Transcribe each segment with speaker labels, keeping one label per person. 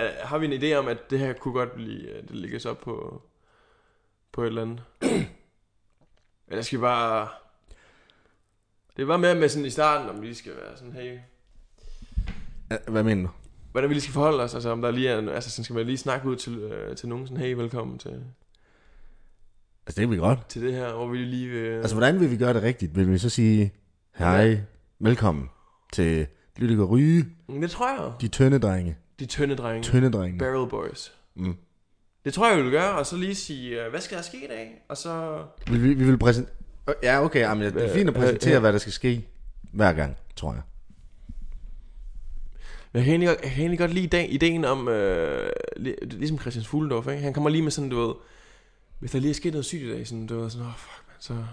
Speaker 1: Øh, har vi en idé om, at det her kunne godt blive, øh, det lægges op på, på et eller andet. Eller skal vi bare... Det var med med sådan i starten, om vi lige skal være sådan, hey,
Speaker 2: Hvad mener du?
Speaker 1: hvordan vi lige skal forholde os, altså om der lige er, en- altså sådan skal man lige snakke ud til, øh, til nogen sådan, hey, velkommen til,
Speaker 2: Altså, det kan vi godt.
Speaker 1: til det her, hvor vi lige vil... Øh,
Speaker 2: Altså, hvordan vil vi gøre det rigtigt? Vil vi så sige, hej, velkommen til Lydik og Ryge,
Speaker 1: Mm, det tror jeg.
Speaker 2: de tynde drenge.
Speaker 1: De tynde drenge.
Speaker 2: Tynde drenge.
Speaker 1: Barrel boys.
Speaker 2: Mm.
Speaker 1: Det tror jeg, vi vil gøre, og så lige sige, øh, hvad skal der ske i dag? Og så...
Speaker 2: Vil vi, vi vil præsentere... Ja, okay, jamen, det er fint at
Speaker 1: Øh, øh,
Speaker 2: præsentere,
Speaker 1: ja.
Speaker 2: hvad der skal ske hver gang, tror jeg.
Speaker 1: Men Jeg kan egentlig godt, jeg kan egentlig godt lide ideen, ideen om, øh, li- ligesom Christian Fuglendorf, ikke? han kommer lige med sådan, du ved, hvis der lige er sket noget sygt i dag, sådan, du ved, sådan, åh, oh, fuck, man, så...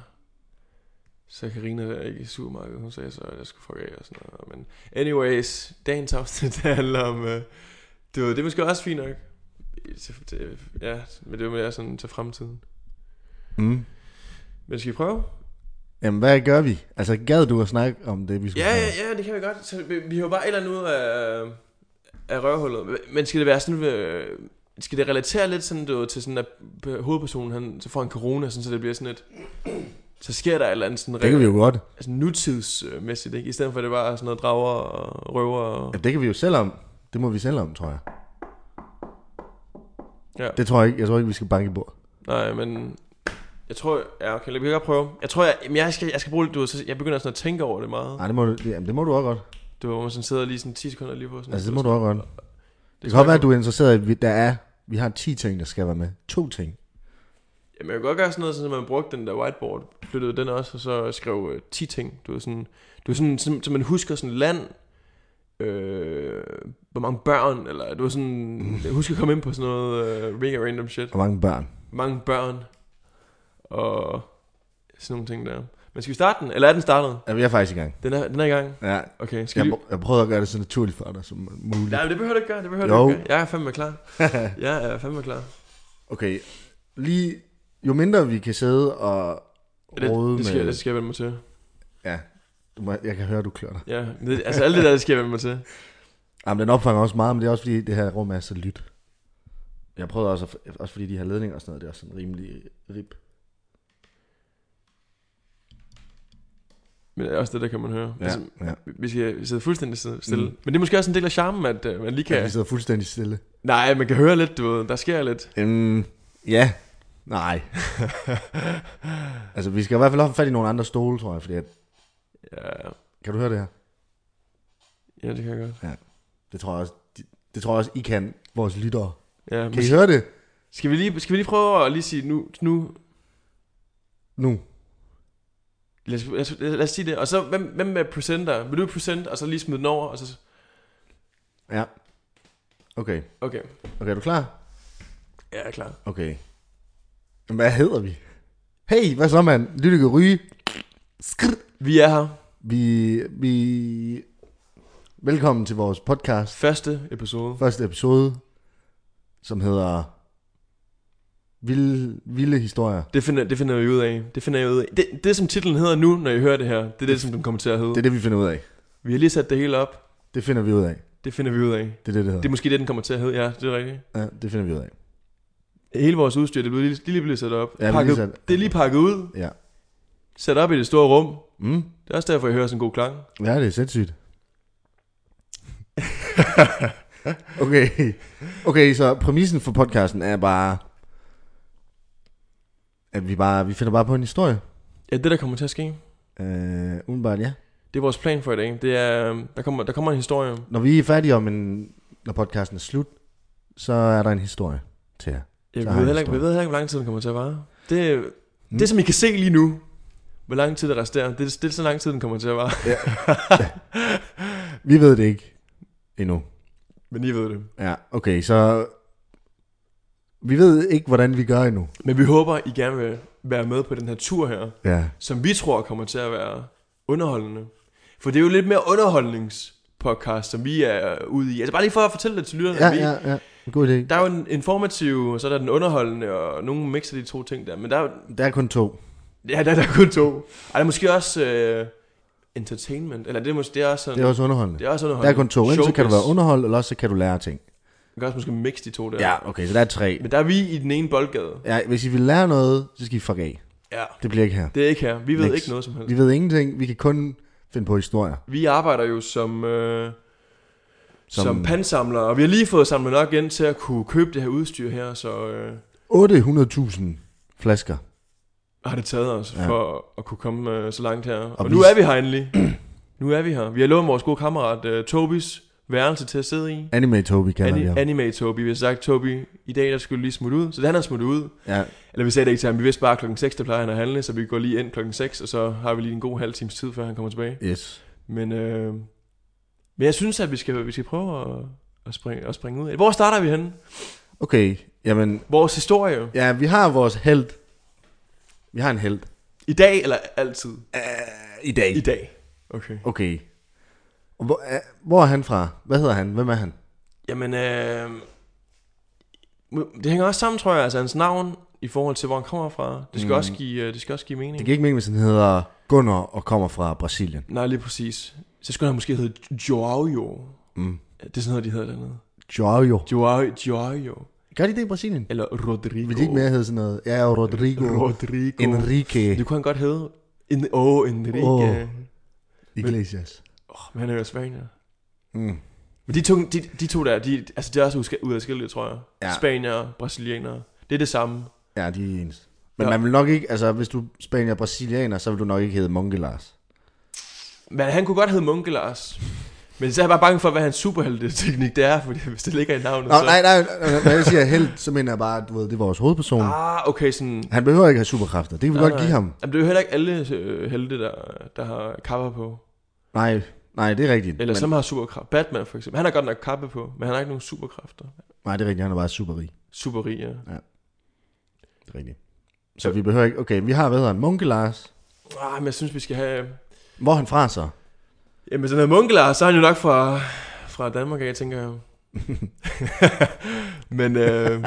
Speaker 1: Så Karina der ikke i supermarkedet, hun sagde så, at jeg skulle fuck af og sådan noget. Men anyways, dagens afsnit det handler om, øh, du ved, det er måske også fint nok. Til, til, ja, men det er jo mere sådan til fremtiden.
Speaker 2: Mm.
Speaker 1: Men skal vi prøve?
Speaker 2: Jamen, hvad gør vi? Altså, gad du at snakke om det, vi skulle
Speaker 1: Ja,
Speaker 2: snakke
Speaker 1: ja, ja, det kan vi godt. Så vi, vi har jo bare et eller andet ud af, af røvhullet. Men skal det være sådan... øh, Skal det relatere lidt sådan, du, ved, til sådan, at p- hovedpersonen, han, så får en corona, sådan, så det bliver sådan et... Så sker der et eller andet sådan...
Speaker 2: Det kan vi jo godt.
Speaker 1: Altså nutidsmæssigt, ikke? I stedet for, at det bare er sådan noget drager og røver og...
Speaker 2: Ja, det kan vi jo selv om. Det må vi selv om, tror jeg.
Speaker 1: Ja.
Speaker 2: Det tror jeg ikke. Jeg tror ikke, vi skal banke i bord.
Speaker 1: Nej, men... Jeg tror... Ja, okay, vi kan godt prøve. Jeg tror, jeg, jamen, jeg, skal, jeg skal bruge lidt... Du, ved, så jeg begynder sådan at tænke over det meget.
Speaker 2: Nej, det må du, det- jamen, det må du også godt.
Speaker 1: Du ved, hvor man sådan sidder lige sådan 10 sekunder lige på sådan...
Speaker 2: Altså, det må du også godt. Det, det kan
Speaker 1: tror
Speaker 2: godt
Speaker 1: jeg
Speaker 2: være, at du er interesseret i, at vi, der er, vi har 10 ting, der skal være med. To ting.
Speaker 1: Jamen, jeg kan godt gøre sådan noget, sådan, at man brugte den der whiteboard, flyttede den også, og så skrev øh, 10 ting. Du er sådan, du er sådan, sådan, så man husker sådan land, øh, hvor mange børn, eller du er sådan, jeg husker at komme ind på sådan noget øh, mega random shit.
Speaker 2: Og mange børn.
Speaker 1: Mange børn, og sådan nogle ting der. Men skal vi starte den, eller er den startet?
Speaker 2: Jamen, jeg er faktisk i gang.
Speaker 1: Den er, den er i gang.
Speaker 2: Ja,
Speaker 1: Okay, skal vi...
Speaker 2: jeg, pr- jeg prøver at gøre det så naturligt for dig som muligt.
Speaker 1: Nej, men det behøver du ikke gøre, det behøver
Speaker 2: Jo.
Speaker 1: du ikke gøre. Jeg er fandme klar. Jeg er fandme klar.
Speaker 2: Okay, lige... Jo mindre vi kan sidde og rode
Speaker 1: Det, det, skal, jeg-
Speaker 2: med...
Speaker 1: det skal jeg vende mig til.
Speaker 2: Ja, du må, jeg kan høre, du klør dig.
Speaker 1: Ja, det, altså alt det der, det skal jeg vende mig til.
Speaker 2: Jamen, den opfanger også meget, men det er også fordi, det her rum er så lyt. Jeg prøvede også, at, også fordi de her ledninger og sådan noget, det er også sådan rimelig rib.
Speaker 1: Men også det der kan man høre.
Speaker 2: Ja,
Speaker 1: Altså,
Speaker 2: ja.
Speaker 1: Vi skal sidde fuldstændig sid- stille.
Speaker 2: Mm.
Speaker 1: Mm. Men det er måske også en del af charmen, at øh, man lige
Speaker 2: Kan.
Speaker 1: kan...
Speaker 2: vi sidder fuldstændig stille.
Speaker 1: Nej, man kan høre lidt, du ved. Der sker lidt.
Speaker 2: Øhm, ja. Nej. altså, vi skal i hvert fald have fat i nogle andre stole, tror jeg, fordi at,
Speaker 1: Ja,
Speaker 2: kan du høre det her?
Speaker 1: ja det kan jeg godt.
Speaker 2: Det tror jeg også, de, det tror jeg også, I kan, vores lyttere.
Speaker 1: Ja,
Speaker 2: Kan
Speaker 1: men
Speaker 2: I høre det
Speaker 1: skal, vi lige, skal vi lige prøve at lige sige nu... nu
Speaker 2: nu?
Speaker 1: lad, os, lad, os, lad os sige det. Og så, hvem, hvem er presenter? Vil du present, og så lige smide den over? Og så,
Speaker 2: Ja. Okay.
Speaker 1: okay,
Speaker 2: Okay, er du klar?
Speaker 1: ja, jeg er klar.
Speaker 2: Okay. Jamen, Hvad hedder vi? Hey, hvad så, mand? Lytte ryge. Skr.
Speaker 1: Vi er her.
Speaker 2: Vi, vi... Velkommen til vores podcast.
Speaker 1: Første episode.
Speaker 2: Første episode, som hedder... Vilde, vilde historier.
Speaker 1: Det finder, det finder vi ud af. Det finder jeg ud af. Det, det, som titlen hedder nu, når I hører det her, det er det, som den kommer til at hedde.
Speaker 2: Det er det, vi finder ud af.
Speaker 1: Vi har lige sat det hele op.
Speaker 2: Det finder vi ud af.
Speaker 1: Det finder vi ud af.
Speaker 2: Det er det, det
Speaker 1: Det er
Speaker 2: hedder.
Speaker 1: måske det, den kommer til at hedde. Ja, det er rigtigt.
Speaker 2: Ja, det finder vi ud af.
Speaker 1: Hele vores udstyr, det er lige, lige blevet sat op.
Speaker 2: Ja, vi er
Speaker 1: pakket,
Speaker 2: lige sat-
Speaker 1: Det er lige pakket ud,
Speaker 2: Ja.
Speaker 1: sat op i det store rum.
Speaker 2: Mm.
Speaker 1: Det er også derfor, jeg hører sådan en god klang.
Speaker 2: Ja, det er sindssygt. okay. okay, så præmissen for podcasten er bare, at vi bare vi finder bare på en historie.
Speaker 1: Ja, det der kommer til at ske,
Speaker 2: Øh, udenbart, ja.
Speaker 1: det er vores plan for i dag. Det er, øhm, der, kommer, der kommer en historie.
Speaker 2: Når vi er færdige om en, når podcasten er slut, så er der en historie til jer.
Speaker 1: Jeg ved
Speaker 2: Så har vi en
Speaker 1: heller ikke, vi
Speaker 2: historie.
Speaker 1: ved heller ikke, hvor lang tid den kommer til at vare. Det,
Speaker 2: Mm.
Speaker 1: mm. det som I kan se lige nu, hvor lang tid det resterer, det, det er så lang tid, den kommer til at vare.
Speaker 2: Vi ved det ikke endnu.
Speaker 1: Men I ved det.
Speaker 2: Ja, okay, så vi ved ikke, hvordan vi gør endnu.
Speaker 1: Men vi håber, I gerne vil være med på den her tur her,
Speaker 2: Ja,
Speaker 1: som vi tror kommer til at være underholdende. For det er jo lidt mere underholdningspodcast, som vi er ude i. Altså bare lige for at fortælle det til lytterne,
Speaker 2: ja,
Speaker 1: at vi,
Speaker 2: ja. ja. God idé.
Speaker 1: Der er jo en informativ, og så er der den underholdende, og nogen mixer de to ting der. Men der er jo,
Speaker 2: Der er kun to.
Speaker 1: ja, der, er der er kun to. Og der er måske også øh, entertainment, eller det er, måske, det er også sådan,
Speaker 2: Det er også underholdende.
Speaker 1: det er også
Speaker 2: Der er
Speaker 1: underholdende.
Speaker 2: kun to. Enten så kan du
Speaker 1: Showbiz.
Speaker 2: være underholdt, eller også så kan du lære ting.
Speaker 1: Man kan også måske mixe de to der.
Speaker 2: Ja, okay, så der er tre.
Speaker 1: Men der er vi i den ene boldgade.
Speaker 2: Ja, hvis I vil lære noget, så skal I fuck af.
Speaker 1: Ja.
Speaker 2: Det bliver ikke her.
Speaker 1: Det er ikke her. Vi ved
Speaker 2: Mix.
Speaker 1: ikke noget som helst.
Speaker 2: Vi ved ingenting. Vi kan kun finde på historier.
Speaker 1: Vi arbejder jo som, øh, som...
Speaker 2: Som-
Speaker 1: som pansamlere, og vi har lige fået samlet nok ind til at kunne købe det her udstyr her, så øh,
Speaker 2: 800.000 flasker.
Speaker 1: har det taget os ja.
Speaker 2: Ja.
Speaker 1: for at, at kunne komme øh, så langt her. Og, og
Speaker 2: Og
Speaker 1: nu
Speaker 2: vi-
Speaker 1: er vi her endelig. nu er vi her. Vi har lånt vores gode kammerat øh, Tobis værelse til at sidde i.
Speaker 2: Anime Toby kalder vi
Speaker 1: Ani-
Speaker 2: ham.
Speaker 1: anime Tobi, vi har sagt, Tobi, i dag der skulle du lige smutte ud. Så han er smuttet ud.
Speaker 2: Ja,
Speaker 1: Eller vi sagde det ikke til ham, vi vidste bare at klokken 6, der plejer han at handle, så vi går lige ind klokken 6, og så har vi lige en god halv times tid, før han kommer tilbage.
Speaker 2: yes.
Speaker 1: Men, øh, men jeg synes, at vi skal, vi skal prøve at, at, springe, at springe ud af det. Hvor starter vi henne?
Speaker 2: Okay, jamen,
Speaker 1: Vores historie.
Speaker 2: ja, vi har vores held. Vi har en held.
Speaker 1: I dag eller altid?
Speaker 2: Uh, I dag.
Speaker 1: I dag. Okay.
Speaker 2: Okay. Og hvor, uh, hvor er han fra? Hvad hedder han? Hvem er han?
Speaker 1: Jamen, øh, det hænger også sammen, tror jeg, altså hans navn i forhold til, hvor han kommer fra. Det skal, mm. også, give, øh, det skal også give mening.
Speaker 2: Det giver ikke mening, hvis han hedder Gunnar og kommer fra Brasilien.
Speaker 1: Nej, lige præcis. Så skulle han måske hedde Joao.
Speaker 2: Mm.
Speaker 1: Det er sådan noget, de hedder dernede.
Speaker 2: Joao.
Speaker 1: Joao, Joao.
Speaker 2: Gør de det i Brasilien?
Speaker 1: Eller Rodrigo.
Speaker 2: Vil de ikke mere hedde sådan noget? Ja, og Rodrigo.
Speaker 1: Rodrigo.
Speaker 2: Enrique
Speaker 1: Det kunne han godt hedde. En, oh, Enrique.
Speaker 2: Åh.
Speaker 1: Åh,
Speaker 2: Iglesias.
Speaker 1: oh, men han er jo spanier.
Speaker 2: Mm.
Speaker 1: Men de to, de, de to der, de, altså de er også udska- udadskillelige, tror jeg. Ja.
Speaker 2: Ja.
Speaker 1: Spanier, brasilianere. Det er det samme.
Speaker 2: Ja, de er ens. Men
Speaker 1: Ja.
Speaker 2: ja. man vil nok ikke, altså hvis du er spanier og brasilianer, så vil du nok ikke hedde Munke Lars.
Speaker 1: Men han kunne godt hedde Munke Lars. Men så er jeg bare bange for, hvad hans superhelteteknik det er, fordi hvis det ligger i navnet,
Speaker 2: Nå,
Speaker 1: så...
Speaker 2: nej, nej, nej, når jeg siger held, så mener jeg bare, at du ved, det er vores hovedperson. Ah.
Speaker 1: Ah, okay, sådan...
Speaker 2: Han behøver ikke have superkræfter, det kan vi
Speaker 1: Nej,
Speaker 2: godt give
Speaker 1: nej.
Speaker 2: ham.
Speaker 1: Jamen, det er jo heller ikke alle øh, helte, der, der har kapper på.
Speaker 2: Nej, nej, det er rigtigt.
Speaker 1: Eller men...
Speaker 2: men,
Speaker 1: som har superkræfter. Batman for eksempel. Han har godt nok kappe på, men han har ikke nogen superkræfter.
Speaker 2: Nej, det er rigtigt, han er bare super rig.
Speaker 1: Super rig, ja.
Speaker 2: Det er rigtigt. Så vi behøver ikke, okay, vi har, hvad hedder han, Munke Lars.
Speaker 1: Ah, men jeg synes, vi skal have...
Speaker 2: Hvor er han fra så?
Speaker 1: Jamen, sådan noget munkler, så er han jo nok fra, fra Danmark af, tænker jeg. men, øh...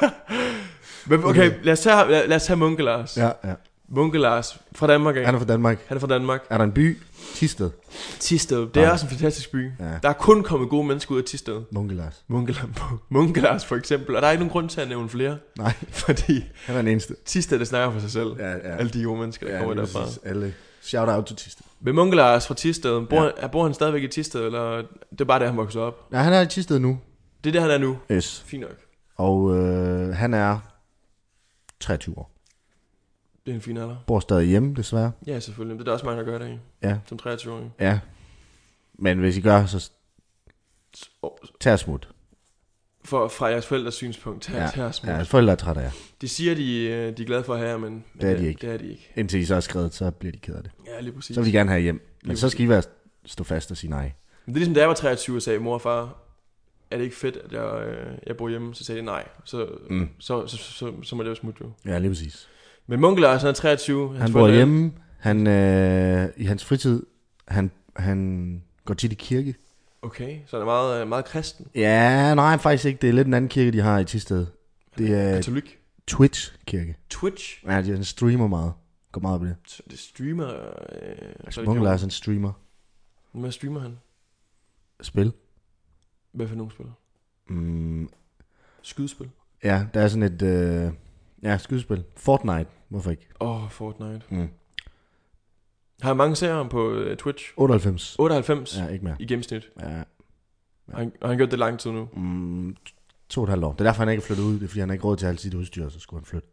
Speaker 1: men okay, lad os tage, lad, lad os tage Munke Lars. Ja.
Speaker 2: ja.
Speaker 1: Munke Lars fra Danmark af.
Speaker 2: Han er fra Danmark.
Speaker 1: Han er fra Danmark.
Speaker 2: Er der en by? Tisted.
Speaker 1: Tisted. Det er
Speaker 2: Ja.
Speaker 1: også en fantastisk by.
Speaker 2: Ja.
Speaker 1: Der er kun kommet gode mennesker ud af Tisted.
Speaker 2: Munke Lars.
Speaker 1: Munke, Munke Lars for eksempel. Og der er ikke nogen grund til at nævne flere.
Speaker 2: Nej,
Speaker 1: Fordi
Speaker 2: han er den eneste.
Speaker 1: Tisted, det snakker for sig selv.
Speaker 2: Ja, ja.
Speaker 1: Alle de gode mennesker, der
Speaker 2: ja,
Speaker 1: kommer
Speaker 2: lige
Speaker 1: derfra.
Speaker 2: præcis. Alle. Shout out til Tisted.
Speaker 1: Men Munke Lars fra Tisted, bor,
Speaker 2: Ja.
Speaker 1: ja. han, bor han stadigvæk i Tisted, eller det er bare der, han voksede op?
Speaker 2: Nej, han er i Tisted nu.
Speaker 1: Det er det, han er nu.
Speaker 2: Yes.
Speaker 1: Fint nok.
Speaker 2: Og øh, han er 23 år.
Speaker 1: Det er en fin alder.
Speaker 2: Bor stadig hjemme, desværre.
Speaker 1: Ja, selvfølgelig. Det er der også mange, der gør det i.
Speaker 2: Ja.
Speaker 1: Som 23-årig.
Speaker 2: Ja. Men hvis I gør, så
Speaker 1: Og
Speaker 2: tag og smut.
Speaker 1: For, fra jeres forældres synspunkt. Tag, ja, tag
Speaker 2: Ja,
Speaker 1: ja.
Speaker 2: jeres forældre er trætte af jer.
Speaker 1: De siger, de, øh, de er glade for at have jer, men men
Speaker 2: Det er de ikke.
Speaker 1: Det er de ikke.
Speaker 2: Indtil I så er skrevet, så bliver de ked af det.
Speaker 1: Ja, lige præcis.
Speaker 2: Så vil de gerne have jer hjem. Men så skal I være stå fast og sige nej.
Speaker 1: Men det er ligesom, da jeg var 23 og sagde, mor og far, er det ikke fedt, at jeg, øh, jeg bor hjemme? Så sagde de nej. Så,
Speaker 2: Mm.
Speaker 1: så, så, så, så, så må det jo smutte jo.
Speaker 2: Ja, lige præcis.
Speaker 1: Men Munke Lars, han er 23.
Speaker 2: Han
Speaker 1: hans
Speaker 2: bor
Speaker 1: forældre-
Speaker 2: hjemme. Han, øh, I hans fritid, han, han går tit i kirke.
Speaker 1: Okay, så han er meget, øh, meget kristen.
Speaker 2: Ja, nej, faktisk ikke. Det er lidt en anden kirke, de har i Tisted. Det er
Speaker 1: Katolik.
Speaker 2: Twitch-kirke.
Speaker 1: Twitch.
Speaker 2: Ja, de- han streamer meget. Går meget op i det. Altså,
Speaker 1: Så Det streamer... Øh, så er det
Speaker 2: Munke
Speaker 1: ikke-
Speaker 2: Lars, han streamer.
Speaker 1: Hvad streamer han?
Speaker 2: Spil.
Speaker 1: Hvad for nogle spil?
Speaker 2: Mm,
Speaker 1: Skydespil.
Speaker 2: ja, der er sådan et... Øh, ja, skydespil. Fortnite. Hvorfor ikke?
Speaker 1: Åh, oh, Fortnite.
Speaker 2: Mm.
Speaker 1: Har han mange seere på øh, Twitch?
Speaker 2: 98.
Speaker 1: 98 ja.
Speaker 2: Ja, ikke mere.
Speaker 1: i gennemsnit.
Speaker 2: Ja.
Speaker 1: Har han, har han gjort det lang tid nu?
Speaker 2: Mm, to og et halvt år. Det er derfor, han ikke er flyttet ud. Det er, fordi han har ikke råd til alt sit udstyr, så skulle han flytte.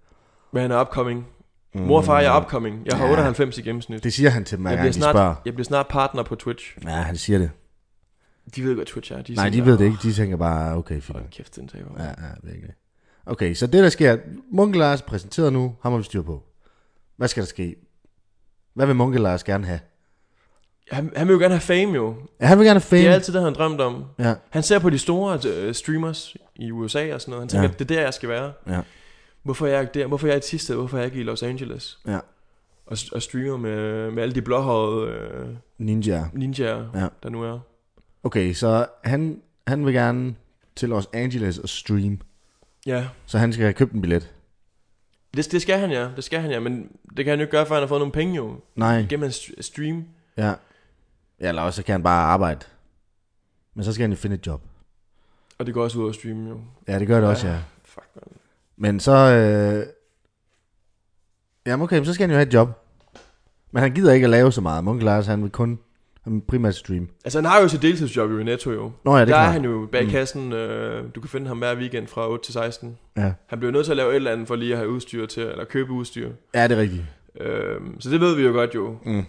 Speaker 1: Men han er upcoming. Mor og far, jeg er upcoming. Jeg har
Speaker 2: Mm. Ja.
Speaker 1: 98 i gennemsnit.
Speaker 2: Det siger han til mig,
Speaker 1: Jeg bliver,
Speaker 2: hver gang de
Speaker 1: snart,
Speaker 2: spørger.
Speaker 1: jeg bliver snart partner på Twitch.
Speaker 2: Ja, han siger det.
Speaker 1: De ved godt, Twitch er. De er
Speaker 2: Nej,
Speaker 1: sådan
Speaker 2: de
Speaker 1: der,
Speaker 2: ved det ikke. De tænker bare, okay,
Speaker 1: "Åh, Hold
Speaker 2: fint.
Speaker 1: kæft, den taber.
Speaker 2: Ja, ja, virkelig. Okay, så det der sker, Munke Lars præsenterer nu, ham har vi styr på. Hvad skal der ske? Hvad vil Munke Lars gerne have?
Speaker 1: Han, han vil jo gerne have fame jo.
Speaker 2: Ja, han vil gerne have
Speaker 1: Det
Speaker 2: fame.
Speaker 1: er altid det, han har drømt om.
Speaker 2: Ja,
Speaker 1: Han ser på de store øh, streamers i USA og sådan noget. Han tænker,
Speaker 2: Ja.
Speaker 1: ja. det er der, jeg skal være.
Speaker 2: Ja.
Speaker 1: Hvorfor er jeg ikke der? Hvorfor er jeg i Tisted? Hvorfor er jeg ikke i Los Angeles?
Speaker 2: Ja.
Speaker 1: Og, og streamer med, med alle de blåhårede øh,
Speaker 2: ninja.
Speaker 1: ninjaer,
Speaker 2: Ja.
Speaker 1: ja. der nu er.
Speaker 2: Okay, så han, han vil gerne til Los Angeles og stream.
Speaker 1: Ja,
Speaker 2: Så han skal have købt en billet.
Speaker 1: det, det skal han ja, det skal han ja, men det kan han jo ikke gøre, før han har fået nogle penge jo.
Speaker 2: Nej.
Speaker 1: Gennem hans st- stream.
Speaker 2: Ja. ja. Eller også så kan han bare arbejde. Men så skal han jo finde et job.
Speaker 1: Og Og det går også ud over streamen jo.
Speaker 2: Ja, det gør det også, ja.
Speaker 1: Fuck, man.
Speaker 2: Men så... Øh... Jamen okay, men så skal han jo have et job. Men han gider ikke at lave så meget. Munke Lars, han vil kun han vil primært stream.
Speaker 1: Altså, han har jo sit deltidsjob i Netto jo.
Speaker 2: Nå ja, det
Speaker 1: der er
Speaker 2: klart.
Speaker 1: han jo bag
Speaker 2: Mm.
Speaker 1: kassen. Øh, du kan finde ham hver weekend fra 8 til 16.
Speaker 2: Ja.
Speaker 1: Han bliver nødt til at lave et eller andet for lige at have udstyr til, eller købe udstyr.
Speaker 2: ja, det er rigtigt.
Speaker 1: Øh, så det ved vi jo godt jo.
Speaker 2: Mm.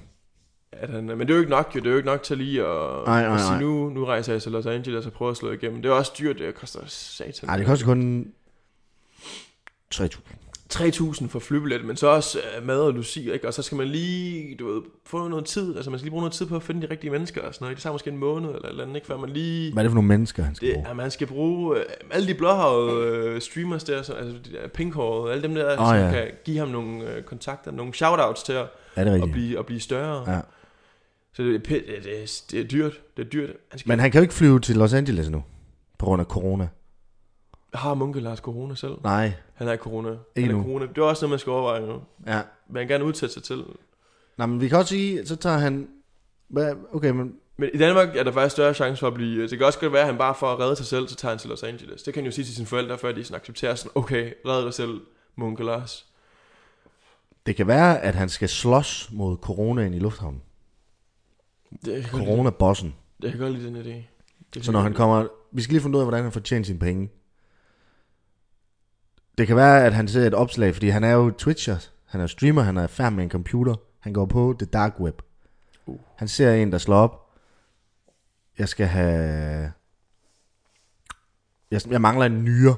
Speaker 1: At han, men det er jo ikke nok jo. Det er jo ikke nok til lige at,
Speaker 2: Nej, nej,
Speaker 1: at sige,
Speaker 2: nej.
Speaker 1: nu, nu rejser jeg til Los Angeles og prøver at slå igennem. Det er også dyrt, det koster satan.
Speaker 2: Nej, det koster kun 3.000.
Speaker 1: 3.000 for flybillet, men så også øh, mad og logi, ikke? Og så skal man lige, du ved, få noget tid. Altså, man skal lige bruge noget tid på at finde de rigtige mennesker og sådan noget. ikke? Det tager måske en måned eller et eller andet, ikke? Før man lige...
Speaker 2: Hvad er det for nogle mennesker, han skal
Speaker 1: Det,
Speaker 2: bruge?
Speaker 1: jamen, han skal bruge øh, alle de blåhårede øh, streamers der, så, altså de der pinkhårede, alle dem der,
Speaker 2: Åh,
Speaker 1: oh, som
Speaker 2: Ah, ja.
Speaker 1: ja. kan give ham nogle øh, kontakter, nogle shoutouts til at,
Speaker 2: Ja, det
Speaker 1: at,
Speaker 2: er rigtigt.
Speaker 1: blive, at blive større.
Speaker 2: Ja.
Speaker 1: Så det, er pæ- det, det, er- det er dyrt, det er dyrt. Han skal,
Speaker 2: Men han kan jo ikke flyve til Los Angeles nu. På grund af corona.
Speaker 1: har Munke Lars corona selv?
Speaker 2: Nej.
Speaker 1: Han er corona.
Speaker 2: Ikke
Speaker 1: han er
Speaker 2: nu.
Speaker 1: corona. Det er også noget, man skal overveje nu.
Speaker 2: Ja.
Speaker 1: Vil han gerne udsætte sig til?
Speaker 2: Nå, men vi kan også sige, så tager han... Hvad? Okay, men...
Speaker 1: Men i Danmark er der faktisk større chance for at blive... Det kan også godt være, at han bare for at redde sig selv, så tager han til Los Angeles. Det kan han jo sige til sine forældre, før de sådan accepterer sådan, okay, red dig selv, Munke Lars.
Speaker 2: Det kan være, at han skal slås mod coronaen i lufthavnen.
Speaker 1: Det, jeg kan godt lide-
Speaker 2: Corona-bossen.
Speaker 1: jeg kan godt lide den idé. Det kan
Speaker 2: Så
Speaker 1: jeg
Speaker 2: når
Speaker 1: godt
Speaker 2: han
Speaker 1: lide.
Speaker 2: kommer... Vi skal lige finde ud af, hvordan han får tjent sine penge. Det kan være, at han ser et opslag, fordi han er jo twitcher. Han er streamer, han er færdig med en computer. Han går på The Dark Web.
Speaker 1: Uh.
Speaker 2: Han ser en, der slår op. Jeg skal have... Jeg, jeg mangler en nyre.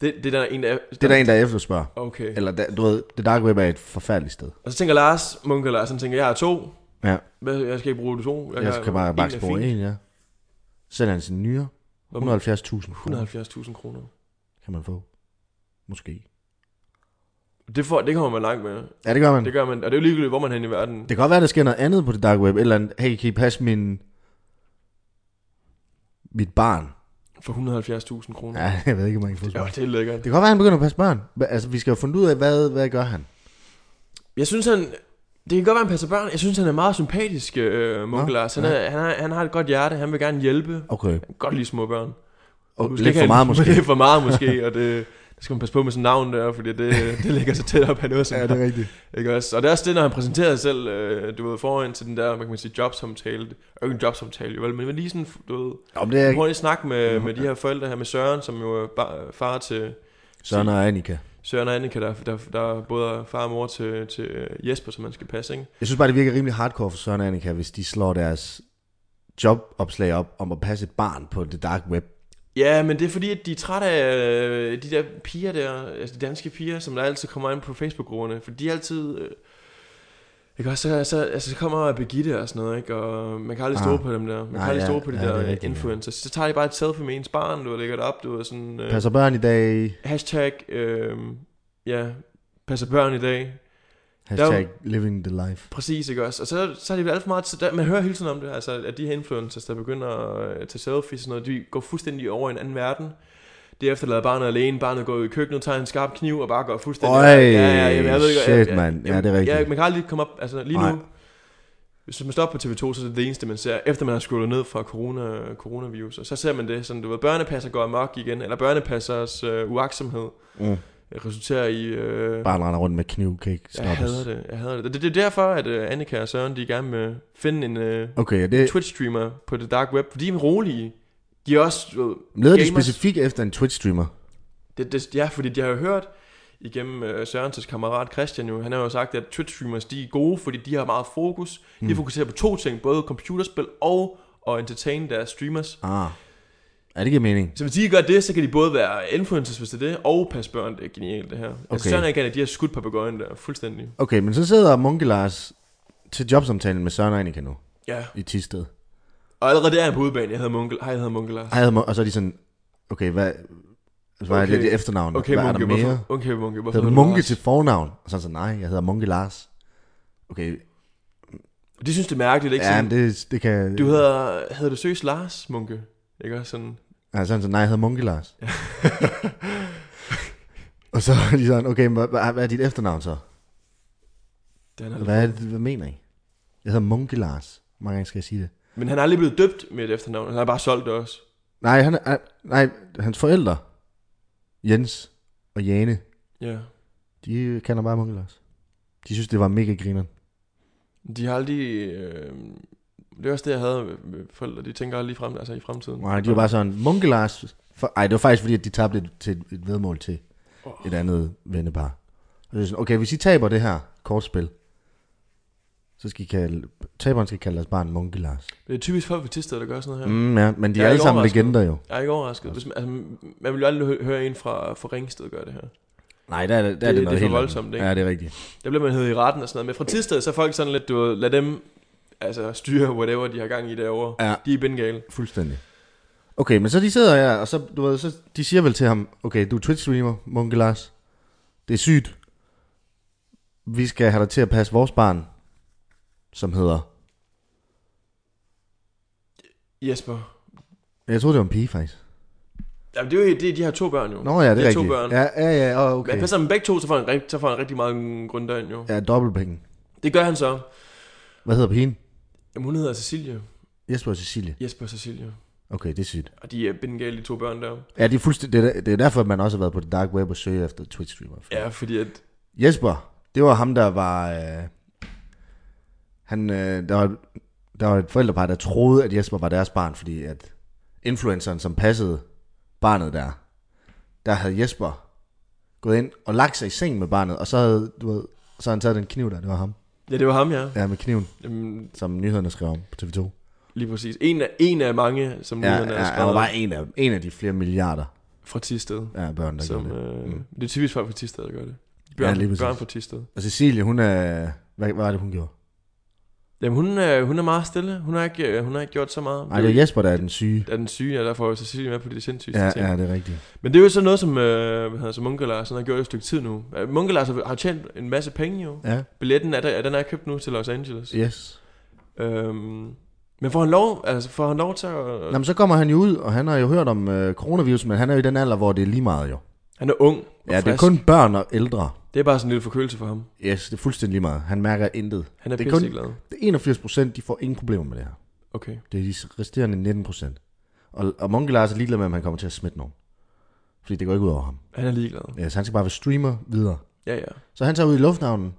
Speaker 1: Det, det er der en, der...
Speaker 2: Det er der en, der efterspørger.
Speaker 1: Okay.
Speaker 2: Eller, der- du ved, The Dark Web er et forfærdeligt sted.
Speaker 1: Og så tænker Lars, Munke Lars, han tænker, jeg har to.
Speaker 2: Ja,
Speaker 1: Hvad, jeg skal ikke bruge de to.
Speaker 2: jeg, jeg
Speaker 1: kan-
Speaker 2: kan bare
Speaker 1: er
Speaker 2: bakse på
Speaker 1: fint.
Speaker 2: en, ja. Sælger han sin nyre. 170.000 kroner
Speaker 1: 170.000 kroner.
Speaker 2: kan man få. Måske.
Speaker 1: Det, får, det kommer man langt med.
Speaker 2: Ja, det gør man.
Speaker 1: Det gør man, og det er jo ligegyldigt, hvor man er henne i verden.
Speaker 2: Det kan godt være, der sker noget andet på det dark web. Et Eller andet, hey, kan I passe min... Mit barn?
Speaker 1: For 170.000 kroner.
Speaker 2: Ja, jeg ved ikke, om man kan få
Speaker 1: Jo,
Speaker 2: det.
Speaker 1: det er lækkert.
Speaker 2: Det kan godt være, han begynder at passe børn. Hva- Altså, vi skal jo finde ud af, hvad, hvad gør han?
Speaker 1: Jeg synes, han... Det kan godt være, han passer børn. Jeg synes, han er meget sympatisk, øh, Munke
Speaker 2: Nå,
Speaker 1: Lars. Han,
Speaker 2: ja.
Speaker 1: er, han, har, han har et godt hjerte. Han vil gerne hjælpe. Han
Speaker 2: Okay.
Speaker 1: kan godt lide små børn.
Speaker 2: Og
Speaker 1: Måske
Speaker 2: lidt
Speaker 1: kan
Speaker 2: for
Speaker 1: han-
Speaker 2: meget måske.
Speaker 1: Lidt for meget måske, og det, det skal man passe på med sådan navn der, fordi det, det ligger så tæt op af noget, som
Speaker 2: er rigtigt.
Speaker 1: Ikke også? Og det er også det, når han præsenterer sig selv, øh, du ved, foran til den der, hvad kan man sige, jobsamtale. Det er jo ikke en jobsamtale, jo, vel, men lige sådan, du ved,
Speaker 2: Om det er
Speaker 1: prøv
Speaker 2: ikke.
Speaker 1: lige at snakke med,
Speaker 2: Mhm,
Speaker 1: med de her forældre her, med Søren, som jo er bar, far til
Speaker 2: Søren og Annika.
Speaker 1: Søren og Annika, der, der, der er både far og mor til, til Jesper, som man skal passe, ikke?
Speaker 2: Jeg synes bare, det virker rimelig hardcore for Søren og Annika, hvis de slår deres jobopslag op om at passe et barn på det dark web.
Speaker 1: Ja, men det er fordi, at de er trætte af øh, de der piger der, altså de danske piger, som der altid kommer ind på Facebook-grupperne, for de er altid... Øh, ikke også, så, så, altså, så kommer Birgitte og sådan noget, ikke? og man kan aldrig
Speaker 2: Ah.
Speaker 1: stole på dem der. Man
Speaker 2: Nej,
Speaker 1: kan aldrig
Speaker 2: ja,
Speaker 1: stole på de
Speaker 2: ja, det er
Speaker 1: der
Speaker 2: rigtigt,
Speaker 1: rigtigt,
Speaker 2: ja.
Speaker 1: influencers. Så tager de bare et selfie med ens barn, du ved, lægger det op, du ved, sådan... Øh,
Speaker 2: Passer børn i dag.
Speaker 1: hashtag, øh, ja, passer børn i dag.
Speaker 2: Hashtag living the life.
Speaker 1: Præcis, ikke også? Og så, så er det vel alt for meget... Der, man hører hele tiden om det, altså, at de her influencers, der begynder at øh, tage selfies og sådan noget, de går fuldstændig over i en anden verden. Det efterlader barnet alene, barnet går ud i køkkenet, tager en skarp kniv og bare går fuldstændig...
Speaker 2: Øj,
Speaker 1: jamen, godt,
Speaker 2: shit, mand. Ja, det er rigtigt.
Speaker 1: Ja, man kan aldrig komme op... Altså, lige
Speaker 2: Nej.
Speaker 1: nu... Hvis man står på TV2, så er det det eneste, man ser, efter man har scrollet ned fra corona, coronavirus. Og så ser man det sådan, du ved, børnepasser går amok igen, eller børnepassers øh, uaksomhed
Speaker 2: Mm.
Speaker 1: øh, resulterer i... Øh,
Speaker 2: Barn render rundt med kniv, kan ikke
Speaker 1: jeg
Speaker 2: stoppes.
Speaker 1: hader det, jeg hader det. Det, det er derfor, at uh, Annika og Søren, de er i gang med at finde en uh,
Speaker 2: Okay, og det,
Speaker 1: Twitch-streamer på det dark web, fordi de er rolige. De er også, du ved,
Speaker 2: leder de
Speaker 1: gamers.
Speaker 2: specifikt efter en Twitch-streamer?
Speaker 1: det, det, ja, fordi de har jo hørt igennem uh, Sørens kammerat Christian jo, han har jo sagt, at Twitch-streamers, de er gode, fordi de har meget fokus. Mm. De fokuserer på to ting, både computerspil og at entertain deres streamers.
Speaker 2: Ah. Ja, det giver mening.
Speaker 1: Så hvis de gør det, så kan de både være influencers, hvis det er det, og passe børn. Det er genialt, det her. Okay.
Speaker 2: Okay.
Speaker 1: Altså, Søren og Annika, de har skudt papegøjen der, fuldstændig.
Speaker 2: Okay, men så sidder Munke Lars til jobsamtalen med Søren og Annika nu,
Speaker 1: Ja,
Speaker 2: i Tisted.
Speaker 1: og allerede der er jeg på udebane. Jeg hedder Munkel, hej, jeg hedder Munkel Lars.
Speaker 2: Ej, havde Mun- og så er de sådan, okay, hvad, så var okay.
Speaker 1: Okay.
Speaker 2: jeg lidt i efternavn.
Speaker 1: Okay,
Speaker 2: hvad
Speaker 1: Munke,
Speaker 2: er der mere?
Speaker 1: Hvorfor, okay, Munke, hvorfor
Speaker 2: Hedder du
Speaker 1: hedder
Speaker 2: Munke
Speaker 1: Lars?
Speaker 2: til fornavn? Og så er han sådan, nej, jeg hedder Munke Lars. Okay,
Speaker 1: De synes, det er mærkeligt, ikke?
Speaker 2: ja,
Speaker 1: Sådan,
Speaker 2: men det, det kan...
Speaker 1: Du hedder, hedder du søs Lars, Munke? Ikke også sådan?
Speaker 2: Ja, så er han sådan, nej, jeg hedder Munke Lars. og så er de sådan, okay, men hvad, hvad, hvad er dit efternavn så?
Speaker 1: Den er,
Speaker 2: Hvad, er det, hvad mener I? Jeg hedder Munke Lars. Hvor mange gange skal jeg sige det?
Speaker 1: Men han er aldrig blevet døbt med et efternavn. Han har bare solgt det også.
Speaker 2: Nej, han, han, nej, hans forældre, Jens og Jane,
Speaker 1: Ja.
Speaker 2: de kalder bare Munke Lars. De synes, det var mega grineren.
Speaker 1: De har aldrig... Øh, det er også det, jeg havde med- med forældre. De tænker aldrig frem, altså i fremtiden.
Speaker 2: Nej, de var bare sådan, Munke Lars... For, ej, det var faktisk fordi, at de tabte et, til et vedmål til
Speaker 1: Åh.
Speaker 2: et andet vennepar. Og det er sådan, okay, hvis I taber det her kortspil, så skal I kalde, taberen skal kalde deres barn Munke Lars.
Speaker 1: Det er typisk folk fra Tisted, der gør sådan noget her. Mm.
Speaker 2: Mm, ja, men de
Speaker 1: Jeg
Speaker 2: er,
Speaker 1: er
Speaker 2: alle
Speaker 1: ikke
Speaker 2: sammen
Speaker 1: overrasket.
Speaker 2: legender jo.
Speaker 1: Jeg er ikke overrasket. Hvis man, altså, man vil jo aldrig hø- høre en fra, fra Ringsted gøre det her.
Speaker 2: Nej, der, er- der, der det, er
Speaker 1: det
Speaker 2: det
Speaker 1: er
Speaker 2: noget
Speaker 1: for
Speaker 2: helt andet.
Speaker 1: voldsomt, ikke?
Speaker 2: Ja, det er rigtigt.
Speaker 1: Der bliver man hed i retten og sådan noget. Men fra Tisted, så er folk sådan lidt, du ved, lad dem altså, styre whatever, de har gang i derovre.
Speaker 2: Ja.
Speaker 1: De er bindgale.
Speaker 2: Fuldstændig. Okay, men så de sidder her, og så, du ved, så de siger vel til ham, okay, du er Twitch-streamer, Munke Lars. Det er sygt. Vi skal have dig til at passe vores barn, som hedder...
Speaker 1: Jesper.
Speaker 2: Jeg troede, det var en pige, faktisk.
Speaker 1: Jamen, det er jo det, er de har to børn jo.
Speaker 2: Nå ja, det
Speaker 1: de
Speaker 2: er
Speaker 1: har to
Speaker 2: rigtigt.
Speaker 1: børn.
Speaker 2: Ja, ja, ja, åh,
Speaker 1: Okay. Men
Speaker 2: okay.
Speaker 1: passer dem begge to, så får han, rigt- så får han rigtig meget grunddøgn jo. Ja.
Speaker 2: Ja, dobbeltpenge.
Speaker 1: Det gør han så.
Speaker 2: Hvad hedder pigen?
Speaker 1: Jamen, hun hedder Cecilie.
Speaker 2: Jesper og Cecilie.
Speaker 1: Jesper og Cecilie.
Speaker 2: Okay, det er sygt.
Speaker 1: Og de er bindgale, de to børn der.
Speaker 2: Ja, det er, fuldstændig, det, er, det er derfor, at man også har været på det dark web og søge efter Twitch-streamer.
Speaker 1: Ja, fordi at...
Speaker 2: Jesper, det var ham, der var... Øh, han, øh, der, var der var et forældrepar, der troede, at Jesper var deres barn, fordi at influenceren, som passede barnet der, der havde Jesper gået ind og lagt sig i seng med barnet, og så havde, du ved, så havde han taget den kniv der, det var ham.
Speaker 1: Ja, det var ham, ja.
Speaker 2: Ja, med kniven,
Speaker 1: Jamen,
Speaker 2: som nyhederne skrev om på TV2.
Speaker 1: lige præcis. En af, en af mange, som
Speaker 2: Ja,
Speaker 1: ja,
Speaker 2: ja,
Speaker 1: nyhederne
Speaker 2: ja,
Speaker 1: er
Speaker 2: han var
Speaker 1: skrevet
Speaker 2: bare en af, en af de flere milliarder
Speaker 1: fra Tisted.
Speaker 2: af børn, der
Speaker 1: Som,
Speaker 2: gjorde det.
Speaker 1: øh,
Speaker 2: Mm.
Speaker 1: mm. Det er typisk folk fra Tisted, der gør det. Bjørn,
Speaker 2: lige
Speaker 1: ja,
Speaker 2: præcis.
Speaker 1: Bjørn fra Tisted.
Speaker 2: Og Cecilie, hun er... Hvad, hvad var det, hun gjorde?
Speaker 1: Jamen, hun, øh, hun er meget stille. Hun har ikke, øh, hun har ikke gjort så meget.
Speaker 2: Nej, det var Jesper, der er den syge.
Speaker 1: er den syge, og derfor er Cecilie med på det sindssyge
Speaker 2: Ja,
Speaker 1: ting.
Speaker 2: ja, det er rigtigt.
Speaker 1: Men det er jo sådan noget, som, øh, hvad hedder, som Munke Larsen har gjort i et stykke tid nu. Øh, Munke Larsen har tjent en masse penge jo.
Speaker 2: Ja,
Speaker 1: Billetten er, der, er den er købt nu til Los Angeles.
Speaker 2: yes.
Speaker 1: Øhm, men får han lov, altså, får han lov til at...
Speaker 2: Nå, men så kommer han jo ud, og han har jo hørt om øh, coronavirus, men han er jo i den alder, hvor det er lige meget jo.
Speaker 1: Han er ung og
Speaker 2: Ja, det er
Speaker 1: frisk.
Speaker 2: kun børn og ældre.
Speaker 1: det er bare sådan en lille forkølelse for ham.
Speaker 2: Yes, det er fuldstændig lige meget. Han mærker intet.
Speaker 1: Han er,
Speaker 2: Det
Speaker 1: det
Speaker 2: er
Speaker 1: er
Speaker 2: kun-
Speaker 1: pisseglad.
Speaker 2: Det er 81 procent, de får ingen problemer med det her.
Speaker 1: Okay.
Speaker 2: Det er de resterende 19 procent. Og, og Munke Lars er ligeglad med, om han kommer til at smitte nogen. Fordi det går ikke ud over ham.
Speaker 1: Han er ligeglad.
Speaker 2: Ja, så han skal bare være streamer videre.
Speaker 1: Ja, ja.
Speaker 2: Så han tager ud i lufthavnen.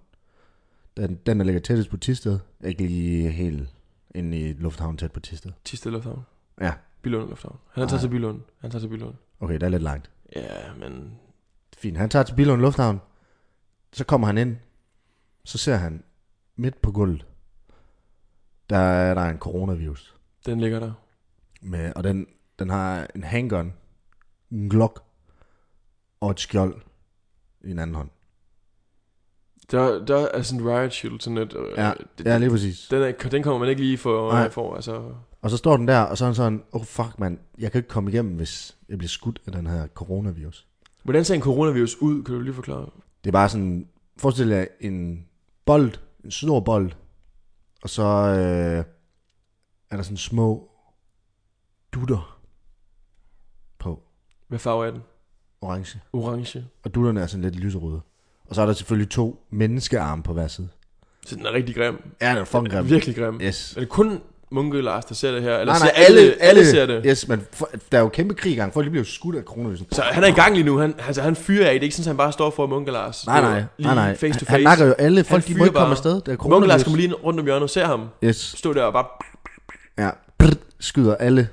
Speaker 2: Den, den der ligger tættest på Tisted. Ikke lige helt inde i lufthavnen tæt på Tisted.
Speaker 1: Tisted Lufthavn.
Speaker 2: Ja,
Speaker 1: Bylund Lufthavn. Han tager
Speaker 2: Ej.
Speaker 1: til Bylund. Han tager til Bylund.
Speaker 2: okay, der er lidt langt.
Speaker 1: Ja, men...
Speaker 2: Fint. Han tager til Billund Lufthavn. Så kommer han ind. Så ser han midt på gulvet. Der er der er en coronavirus.
Speaker 1: Den ligger der.
Speaker 2: Med, og den, den har en handgun, en glock og et skjold i en anden hånd.
Speaker 1: Der, der er sådan en riot shield, sådan et... Øh,
Speaker 2: Ja,
Speaker 1: det,
Speaker 2: Ja, lige præcis.
Speaker 1: Den, er, den kommer man ikke lige for,
Speaker 2: Nej.
Speaker 1: Nej. for altså...
Speaker 2: Og så står den der, og så er han sådan, oh fuck mand, jeg kan ikke komme igennem, hvis jeg bliver skudt af den her coronavirus.
Speaker 1: Hvordan ser en coronavirus ud, kan du lige forklare?
Speaker 2: Det er bare sådan, forestil jer en bold, en stor bold, og så øh, er der sådan små dutter på
Speaker 1: Hvad farve er den?
Speaker 2: orange.
Speaker 1: Orange.
Speaker 2: Og dutterne er sådan lidt lyserøde. Og så er der selvfølgelig to menneskearme på hver side.
Speaker 1: Så den er rigtig grim.
Speaker 2: Ja, det er fucking
Speaker 1: Den er
Speaker 2: grimt.
Speaker 1: virkelig grim. Ja.
Speaker 2: Yes.
Speaker 1: Er det kun Munke Lars, der ser det her? Eller nej, nej, ser alle, alle, alle ser det?
Speaker 2: Yes, men for, der er jo kæmpe krig i gang. Folk de bliver jo skudt af coronavirusen.
Speaker 1: Så han er i gang lige nu. Han, altså, han fyrer af. Det er ikke sådan, at han bare står for Munke Lars.
Speaker 2: Nej, nej,
Speaker 1: Lige
Speaker 2: nej, nej.
Speaker 1: face to
Speaker 2: Han
Speaker 1: face.
Speaker 2: nakker jo alle. Folk, de må
Speaker 1: fyrer
Speaker 2: ikke komme
Speaker 1: bare.
Speaker 2: afsted. Det er
Speaker 1: Munke Lars
Speaker 2: coronavirus.
Speaker 1: kommer lige ind rundt om hjørnet og ser ham.
Speaker 2: Yes.
Speaker 1: Stå der og bare...
Speaker 2: Ja, prr, skyder alle.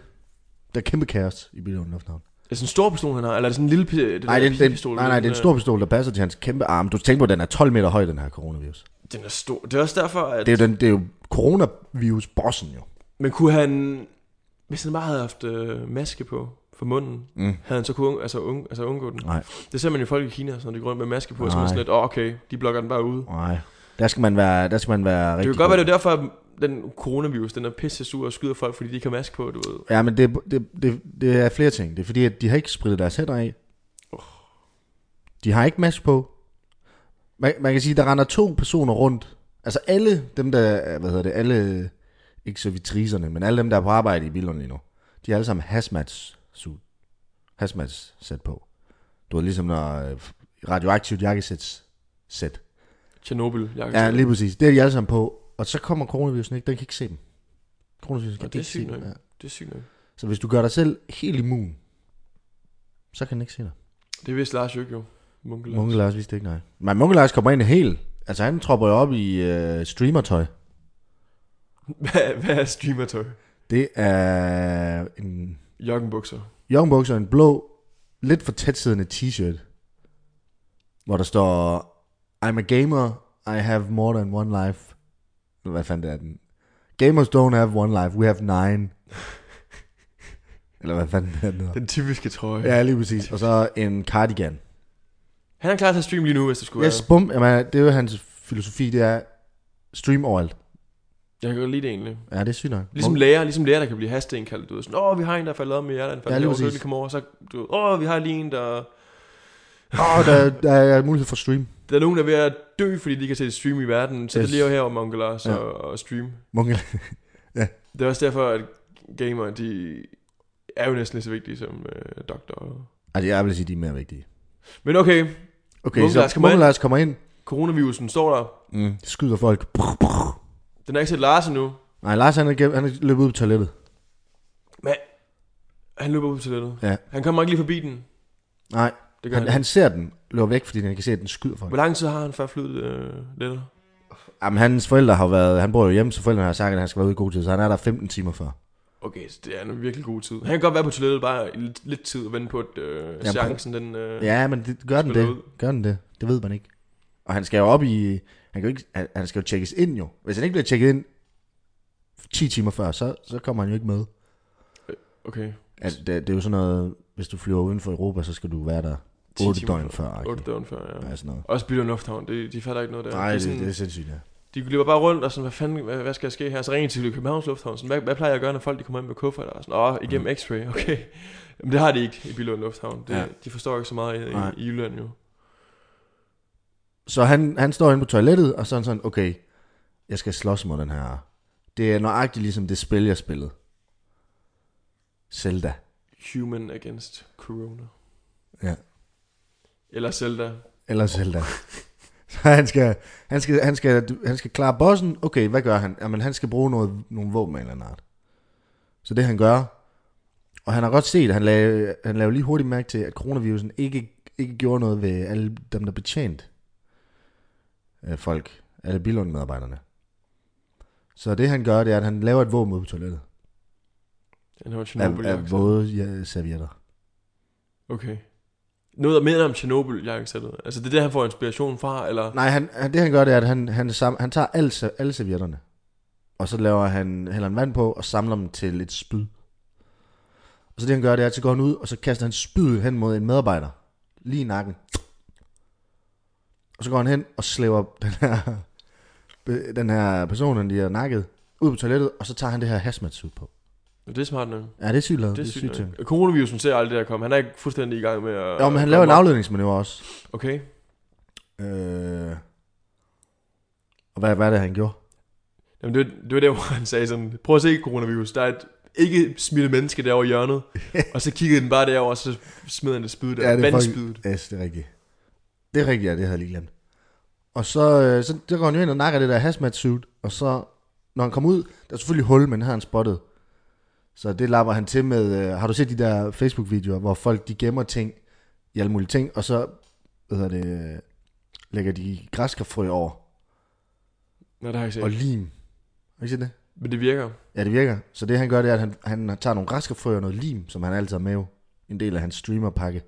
Speaker 2: Der er kæmpe kaos i Billund Lufthavn.
Speaker 1: Er det sådan en stor pistol, han har? Eller er det sådan en lille pi- den
Speaker 2: Nej,
Speaker 1: der
Speaker 2: den, den,
Speaker 1: pistol,
Speaker 2: nej, nej, det er en
Speaker 1: øh,
Speaker 2: stor pistol, der passer til hans kæmpe arm. Du tænker på, at den er 12 meter høj, den her coronavirus.
Speaker 1: Den er stor. Det er også derfor, at...
Speaker 2: Det er jo, den, det er jo coronavirus-bossen jo.
Speaker 1: Men kunne han... Hvis han bare havde haft øh, maske på for munden,
Speaker 2: Mm.
Speaker 1: havde han så kunne un, altså, un, altså undgå den.
Speaker 2: Nej,
Speaker 1: Det ser man jo folk i Kina, sådan, når de går rundt med maske på, og så er
Speaker 2: Nej.
Speaker 1: man sådan lidt, åh, oh, okay, de blokker den bare ud.
Speaker 2: nej. Der skal man være, der skal man være
Speaker 1: Det
Speaker 2: rigtig
Speaker 1: kan godt være,
Speaker 2: god.
Speaker 1: det er derfor, at den coronavirus, den er pisse sur og skyder folk, fordi de ikke har maske på, du ved.
Speaker 2: Ja, men det, det, det, det er flere ting. Det er fordi, at de har ikke spritet deres hænder af. De har ikke mask på. Man, man kan sige, der render to personer rundt. Altså alle dem, der, hvad hedder det, alle, ikke servitricerne, men alle dem, der er på arbejde i Billund lige nu, de har alle sammen hazmat suit. Hazmat sæt på. Du ved, ligesom når øh, radioaktivt jakkesæt sæt.
Speaker 1: Tjernobyl, jeg
Speaker 2: Ja, lige præcis. Det er de alle sammen på. Og så kommer coronavirusen ikke, den kan ikke se dem. Coronavirusen kan
Speaker 1: Og det er
Speaker 2: ikke se
Speaker 1: sygt
Speaker 2: dem.
Speaker 1: nok.
Speaker 2: Ja.
Speaker 1: Det er sygt nok.
Speaker 2: Så hvis du gør dig selv helt immun, så kan den ikke se dig.
Speaker 1: Det vidste Lars jo ikke, jo. Munke Lars.
Speaker 2: Munke Lars vidste ikke, nej. Men Munke Lars kommer ind helt. Altså han tropper jo op i øh, streamertøj.
Speaker 1: Hvad, hvad er streamertøj?
Speaker 2: Det er en
Speaker 1: Joggenbukser.
Speaker 2: joggingbukser og en blå, lidt for tætsiddende t-shirt, hvor der står, I'm a gamer, I have more than one life. Hvad fanden er den? Gamers don't have one life, we have nine. Eller hvad fanden er den? hedder?
Speaker 1: Den typiske trøje. Ja.
Speaker 2: Ja, lige præcis. Og så en cardigan.
Speaker 1: Han er klar til at streame lige nu, hvis det skulle
Speaker 2: Yes,
Speaker 1: være.
Speaker 2: bum. Jamen, det er jo hans filosofi, det er stream overalt.
Speaker 1: Jeg kan godt lide det egentlig.
Speaker 2: Ja, det er sygt nok.
Speaker 1: Ligesom lærer, ligesom lærer, der kan blive hasteindkaldt. Du ved sådan, åh, vi har en, der er faldet om i hjerteanfald.
Speaker 2: Ja,
Speaker 1: Ja,
Speaker 2: lige
Speaker 1: lige præcis.
Speaker 2: præcis.
Speaker 1: Vi kommer over, så du ved, åh, vi har lige en, der...
Speaker 2: Åh, Ah, der, der er mulighed for stream.
Speaker 1: Der er nogen, der er ved at dø, fordi de kan se det stream i verden. Så yes.
Speaker 2: Yes.
Speaker 1: det lige her om Monke Lars
Speaker 2: Ja.
Speaker 1: ja. og, og stream.
Speaker 2: Munkel.
Speaker 1: Det er også derfor, at gamere, de er jo næsten lige så vigtige som øh, doktor.
Speaker 2: Altså, jeg vil sige, de er mere vigtige.
Speaker 1: Men okay,
Speaker 2: Okay,
Speaker 1: Munke Lars
Speaker 2: så
Speaker 1: kommer ind.
Speaker 2: Munkel Lars kommer ind.
Speaker 1: coronavirusen står der.
Speaker 2: Mm. Skyder folk.
Speaker 1: Den har ikke set Lars endnu.
Speaker 2: Nej, Lars han er, gennem- han er løbet ud på toilettet.
Speaker 1: Men han løber ud til toilettet.
Speaker 2: Ja.
Speaker 1: Han kommer ikke lige forbi den.
Speaker 2: Nej,
Speaker 1: Det gør
Speaker 2: han,
Speaker 1: han,
Speaker 2: han ser den. Løber væk, fordi han kan se, at den skyder folk.
Speaker 1: Hvor lang tid har han før flyttet øh, lettere?
Speaker 2: Jamen, hans forældre har været... Han bor jo hjemme, så forældrene har sagt, at han skal være ude i god tid. Så han er der 15 timer før.
Speaker 1: Okay, så det er en virkelig god tid. Han kan godt være på toilettet bare i lidt, lidt tid og vente på, at øh,
Speaker 2: Ja,
Speaker 1: chancen den... Øh,
Speaker 2: Ja, men det, gør den
Speaker 1: Spiller
Speaker 2: det?
Speaker 1: ud.
Speaker 2: Gør den det? Det ved man ikke. Og han skal jo op i... Han, kan jo ikke, han, han skal jo tjekkes ind jo. Hvis han ikke bliver tjekket ind 10 timer før, så, så kommer han jo ikke med.
Speaker 1: Okay,
Speaker 2: Altså, det, det er jo sådan noget... Hvis du flyver uden for Europa, så skal du være der
Speaker 1: 10
Speaker 2: 8
Speaker 1: timer
Speaker 2: døgn før. Okay.
Speaker 1: 8 døgn før, ja.
Speaker 2: Ja, sådan noget.
Speaker 1: Også Billund Lufthavn, de, de fatter ikke noget der.
Speaker 2: Nej,
Speaker 1: de, er
Speaker 2: det,
Speaker 1: sådan,
Speaker 2: det, er sindssygt, ja.
Speaker 1: de løber bare rundt og sådan, hvad fanden, hvad, hvad skal der ske her? Så ringer de til Københavns Lufthavn, sådan, hvad, hvad plejer jeg at gøre, når folk de kommer ind med kufferter? Og sådan, åh, igennem x-ray, okay. Men det har de ikke i Billund Lufthavn. Det,
Speaker 2: Mm. Ja.
Speaker 1: ja. De forstår ikke så meget i,
Speaker 2: Nej.
Speaker 1: i, i Jylland jo.
Speaker 2: Så han, han står inde på toilettet, og sådan sådan, okay, jeg skal slås mod den her. Det er nøjagtigt ligesom det spil, jeg spillede. Zelda.
Speaker 1: Human against corona.
Speaker 2: Ja.
Speaker 1: Eller Zelda.
Speaker 2: Eller Zelda. Så han skal, han, skal, han, skal, han skal klare bossen. Okay, hvad gør han? Jamen, han skal bruge noget, nogle våben af en eller anden art. Så det han gør, og han har godt set, han lavede, han lavede lige hurtigt mærke til, at coronavirusen ikke, ikke gjorde noget ved alle dem, der betjente øh, folk, alle bilundmedarbejderne. Så det han gør, det er, at han laver et våben ud på toilettet.
Speaker 1: Den har
Speaker 2: Af,
Speaker 1: Chernobyl
Speaker 2: af våde ja, servietter.
Speaker 1: Okay. Noget, der minder om Chernobyl, jeg ikke sættet. Altså, det er det, han får inspiration fra, eller...
Speaker 2: Nej, han, han, det han gør, det er, at han, han, sam, han tager alle, se- alle servietterne, og så laver han, hælder en vand på, og samler dem til et spyd. Og så det han gør, det er, at så går han ud, og så kaster han spydet hen mod en medarbejder, lige i nakken. Og så går han hen og slæver den her, be- den her person, han lige har nakket, ud på toilettet, og så tager han det her hazmat-suit på.
Speaker 1: Det er smart nok.
Speaker 2: Ja, det er sygt lavet.
Speaker 1: Det er
Speaker 2: sygt ting.
Speaker 1: sygt. nok. Coronavirusen ser aldrig det, der komme. Han er ikke fuldstændig i gang med at...
Speaker 2: Jo, men
Speaker 1: at
Speaker 2: han laver en
Speaker 1: komme op.
Speaker 2: afledningsmanøvre også.
Speaker 1: Okay.
Speaker 2: Øh... Og hvad, hvad er det, han gjorde?
Speaker 1: Jamen, det, var- det var der, hvor han sagde sådan, prøv at se coronavirus, der er et ikke smittet menneske derovre i hjørnet. og så kiggede den bare derover og så smed han det spyd der. Ja, det er Vandspydet.
Speaker 2: Ja, yes, det er rigtigt. Det er rigtigt, ja, det havde jeg lige glemt. Og så, øh, så der går han jo ind og nakker det der hazmat suit, og så, når han kommer ud, der er selvfølgelig hul, men har han spottet. Så det lapper han til med, øh, har du set de der Facebook-videoer, hvor folk de gemmer ting, i alle mulige ting, og så, hvad hedder det, øh, lægger de græskarfrø over,
Speaker 1: Nå, det har jeg ikke
Speaker 2: og
Speaker 1: set.
Speaker 2: lim. Har I set det?
Speaker 1: Men det virker.
Speaker 2: Ja, det virker. Så det han gør, det er, at han, han tager nogle græskarfrø og noget lim, som han altid har med. En del af hans streamerpakke.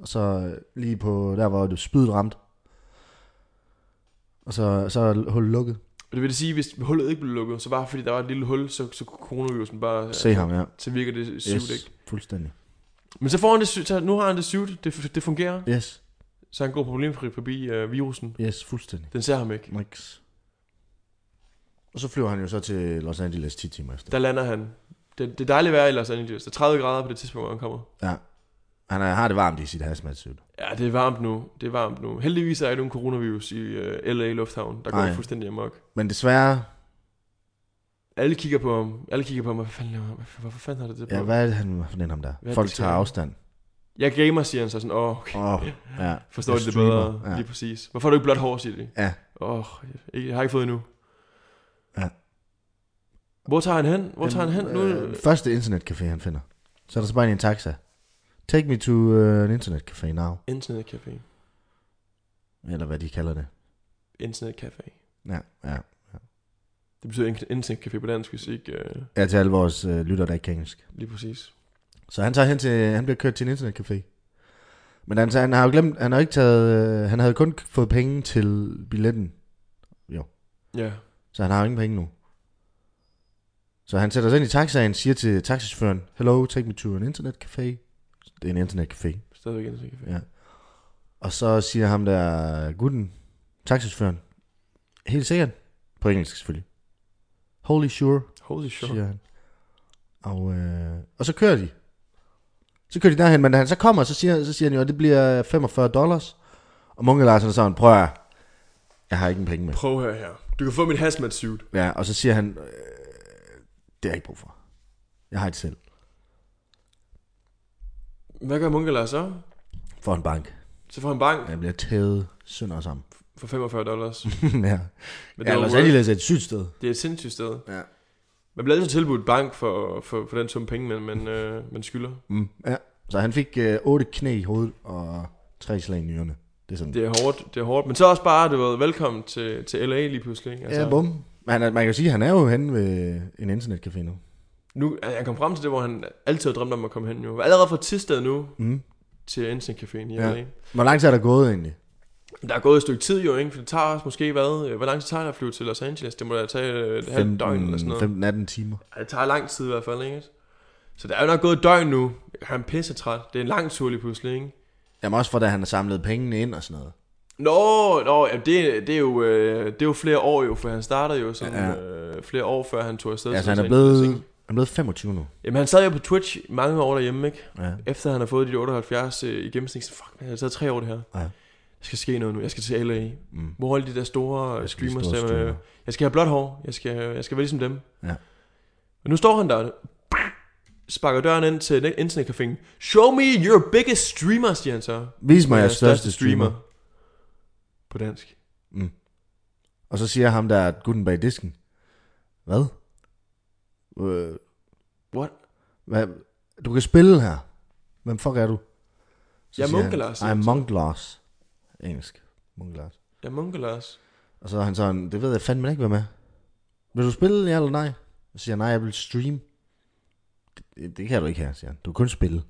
Speaker 2: Og så øh, lige på, der hvor det spydet ramt. Og så, så er hullet lukket.
Speaker 1: Og det vil sige, hvis hullet ikke blev lukket, så bare fordi der var et lille hul, så, så kunne coronavirusen bare...
Speaker 2: Se ham, ja.
Speaker 1: Så virker det sygt, yes. ikke?
Speaker 2: fuldstændig. det
Speaker 1: Men så får han det sygt, så nu har han det sygt, det, det fungerer.
Speaker 2: Yes,
Speaker 1: Så han går problemfri forbi øh, virusen.
Speaker 2: yes, fuldstændig.
Speaker 1: Den ser ham ikke.
Speaker 2: Max. Og så flyver han jo så til Los Angeles 10 timer efter.
Speaker 1: Der lander han. Det, det er dejligt vejr i Los Angeles. Der er 30 grader på det tidspunkt, hvor han kommer.
Speaker 2: Ja. Han er, har det varmt i sit hazmat-suit.
Speaker 1: Ja, det er varmt nu. Det er varmt nu. Heldigvis er der ikke nogen coronavirus i uh, LA Lufthavn. Der går
Speaker 2: Nej.
Speaker 1: det fuldstændig amok.
Speaker 2: Men desværre,
Speaker 1: Alle kigger på ham. Alle kigger på ham. Hvad fanden laver han? Hvorfor, hvorfor fanden har det det på?
Speaker 2: ja, hvad er det, han for ham der?
Speaker 1: er det,
Speaker 2: Folk
Speaker 1: der sker?
Speaker 2: tager afstand.
Speaker 1: Jeg gamer, siger han så sådan. Åh, oh, okay.
Speaker 2: Åh, oh, ja.
Speaker 1: Forstår
Speaker 2: Jeg
Speaker 1: det, det
Speaker 2: streamer.
Speaker 1: bedre?
Speaker 2: Ja.
Speaker 1: Ja. Lige præcis. Hvorfor har du ikke blot hår, siger de?
Speaker 2: Ja.
Speaker 1: Åh, oh, jeg, jeg har ikke fået endnu. Hvor tager han hen? Hvor tager han hen? Nu,
Speaker 2: Øh, første internetcafé, han finder. Så er der så bare en i en taxa. Take me to uh, an internetcafé now.
Speaker 1: internetcafé.
Speaker 2: Eller hvad de kalder det.
Speaker 1: Internetcafé.
Speaker 2: Ja, ja.
Speaker 1: Det betyder in- internetcafé på dansk, hvis ikke øh,
Speaker 2: Ja, til alle vores øh, lytter, der ikke kan engelsk.
Speaker 1: lige præcis.
Speaker 2: Så han tager hen til, han bliver kørt til en internetcafé. Men han, han har jo glemt, han har ikke taget, øh, han havde kun fået penge til billetten,
Speaker 1: Ja.
Speaker 2: så han har jo ingen penge nu. Så han sætter sig ind i taxaen, siger til taxichaufføren, Hello, take me to an internetcafé. Det er en internetcafé.
Speaker 1: Stadigvæk internetcafé.
Speaker 2: Ja. Og så siger ham der gutten, taxichaufføren, helt sikkert, på engelsk selvfølgelig. Holy sure,
Speaker 1: Holy
Speaker 2: sure.
Speaker 1: shit.
Speaker 2: siger han. Og, øh, og så kører de. Så kører de derhen, men da han så kommer, så siger, så siger han jo, at det bliver 45 dollars. Og Munke Larsen er sådan, prøv at, høre, jeg har ikke en penge med.
Speaker 1: Prøv her her. Du kan få mit hazmat suit.
Speaker 2: Ja, og så siger han, øh, det har jeg ikke brug for. Jeg har et selv.
Speaker 1: Hvad gør Munkelar så?
Speaker 2: For en bank.
Speaker 1: Så får han bank
Speaker 2: Jeg bliver tævet sønder og sammen.
Speaker 1: for 45 dollars.
Speaker 2: ja.
Speaker 1: Men
Speaker 2: ja,
Speaker 1: det, er
Speaker 2: Los
Speaker 1: jo worth-
Speaker 2: Angeles er et sygt sted.
Speaker 1: det er et sindssygt sted.
Speaker 2: Ja.
Speaker 1: Man bliver altid tilbudt bank for, for, for den sum penge, man, man, øh, man skylder.
Speaker 2: Mm, ja. Så han fik øh, otte knæ i hovedet og tre slag i nyrerne. Det er sådan.
Speaker 1: Det er hårdt, det er hårdt. Men så også bare, du ved, velkommen til, til LA lige pludselig. ikke? Altså,
Speaker 2: ja, bum. Men han, er- man kan jo sige, at han er jo henne ved en internetcafé nu.
Speaker 1: nu, altså, han kom frem til det, hvor han altid har drømt om at komme hen nu. Allerede fra Tisted nu
Speaker 2: Mm.
Speaker 1: til Instant-caféen i
Speaker 2: Ja.
Speaker 1: ja. LA.
Speaker 2: Hvor lang tid er der gået egentlig?
Speaker 1: Der er gået et stykke tid jo, ikke? For det tager også måske hvad? øh, Hvor lang tid tager det at flyve til Los Angeles? Det må da tage øh, et halvt døgn eller sådan noget.
Speaker 2: 15-18 timer.
Speaker 1: Ja, Det tager lang tid i hvert fald, ikke? Så der er jo nok gået et døgn nu. Han er pisse træt. Det er en lang tur lige pludselig, ikke?
Speaker 2: Jamen også for, da han har samlet pengene ind og sådan noget.
Speaker 1: Nå, nå ja, det, det, er jo, øh, det er jo flere år jo, for han startede jo sådan,
Speaker 2: Ja.
Speaker 1: ja. øh, flere år før han tog afsted.
Speaker 2: Altså
Speaker 1: til
Speaker 2: han
Speaker 1: Los
Speaker 2: er
Speaker 1: Angeles,
Speaker 2: blevet,
Speaker 1: ikke?
Speaker 2: han er blevet 25 nu.
Speaker 1: Jamen han sad jo på Twitch i mange år derhjemme, ikke?
Speaker 2: Ja.
Speaker 1: Efter han har fået de 78 øh, i gennemsnit, så fuck, man, jeg har taget tre år det her.
Speaker 2: Ja.
Speaker 1: Der skal ske noget nu. Jeg skal til LA.
Speaker 2: Mm.
Speaker 1: Hvor er alle de der store
Speaker 2: Jeg
Speaker 1: øh,
Speaker 2: skal lige
Speaker 1: streamers
Speaker 2: stå og
Speaker 1: der? Med,
Speaker 2: streame.
Speaker 1: jeg skal have blåt hår. Jeg skal, jeg skal være ligesom dem.
Speaker 2: Ja.
Speaker 1: Men nu står han der. Sparker døren ind til net- internetcaféen. Show me your biggest streamer, siger han så.
Speaker 2: Vis mig jeres største streamer.
Speaker 1: På dansk.
Speaker 2: Mm. Og så siger ham der, gutten bag disken. Hvad? Øh,
Speaker 1: What?
Speaker 2: hvad? Du kan spille her. Hvem fuck er du?
Speaker 1: Jeg er
Speaker 2: siger
Speaker 1: Munke
Speaker 2: han,
Speaker 1: Lars, siger
Speaker 2: Jeg er
Speaker 1: han så.
Speaker 2: Monk Lars. Engelsk. Monk Lars.
Speaker 1: Ja, Munkelars.
Speaker 2: Og så er han sådan, det ved jeg fandme ikke, hvad med. Vil du spille, ja eller nej? Så siger jeg, nej, jeg vil stream. Det, det kan du ikke her, siger han. Du kan kun spille.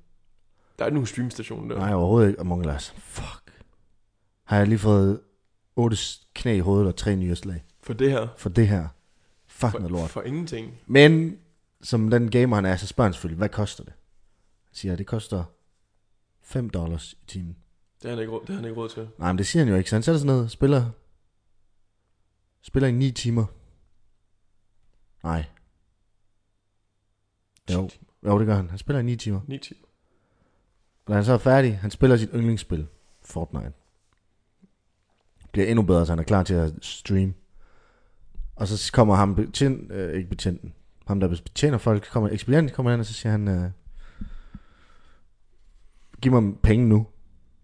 Speaker 1: Der er ikke nogen streamstation der.
Speaker 2: Nej, overhovedet ikke. Og Monke Lars, fuck. Har jeg lige fået otte s- knæ i hovedet og tre nye slag
Speaker 1: For det her.
Speaker 2: for det her. Fuck noget
Speaker 1: For,
Speaker 2: lort.
Speaker 1: for ingenting.
Speaker 2: Men som den gamer han er, så spørger han selvfølgelig, hvad koster det? Han siger, det koster 5 dollars i timen.
Speaker 1: Det har han ikke råd, det har han ikke råd til.
Speaker 2: Nej, men det siger han jo ikke, så han sætter sig ned og spiller, spiller i 9 timer. Nej. Jo. Jo, det gør han. Han spiller i 9 timer.
Speaker 1: 9 timer.
Speaker 2: Og da han så er færdig, han spiller sit yndlingsspil, Fortnite. Bliver endnu bedre, så han er klar til at streame. Og så kommer ham, betjent, øh, ikke betjenten, ham der betjener folk, kommer ekspedient, kommer han, og så siger han, øh, giv mig penge nu.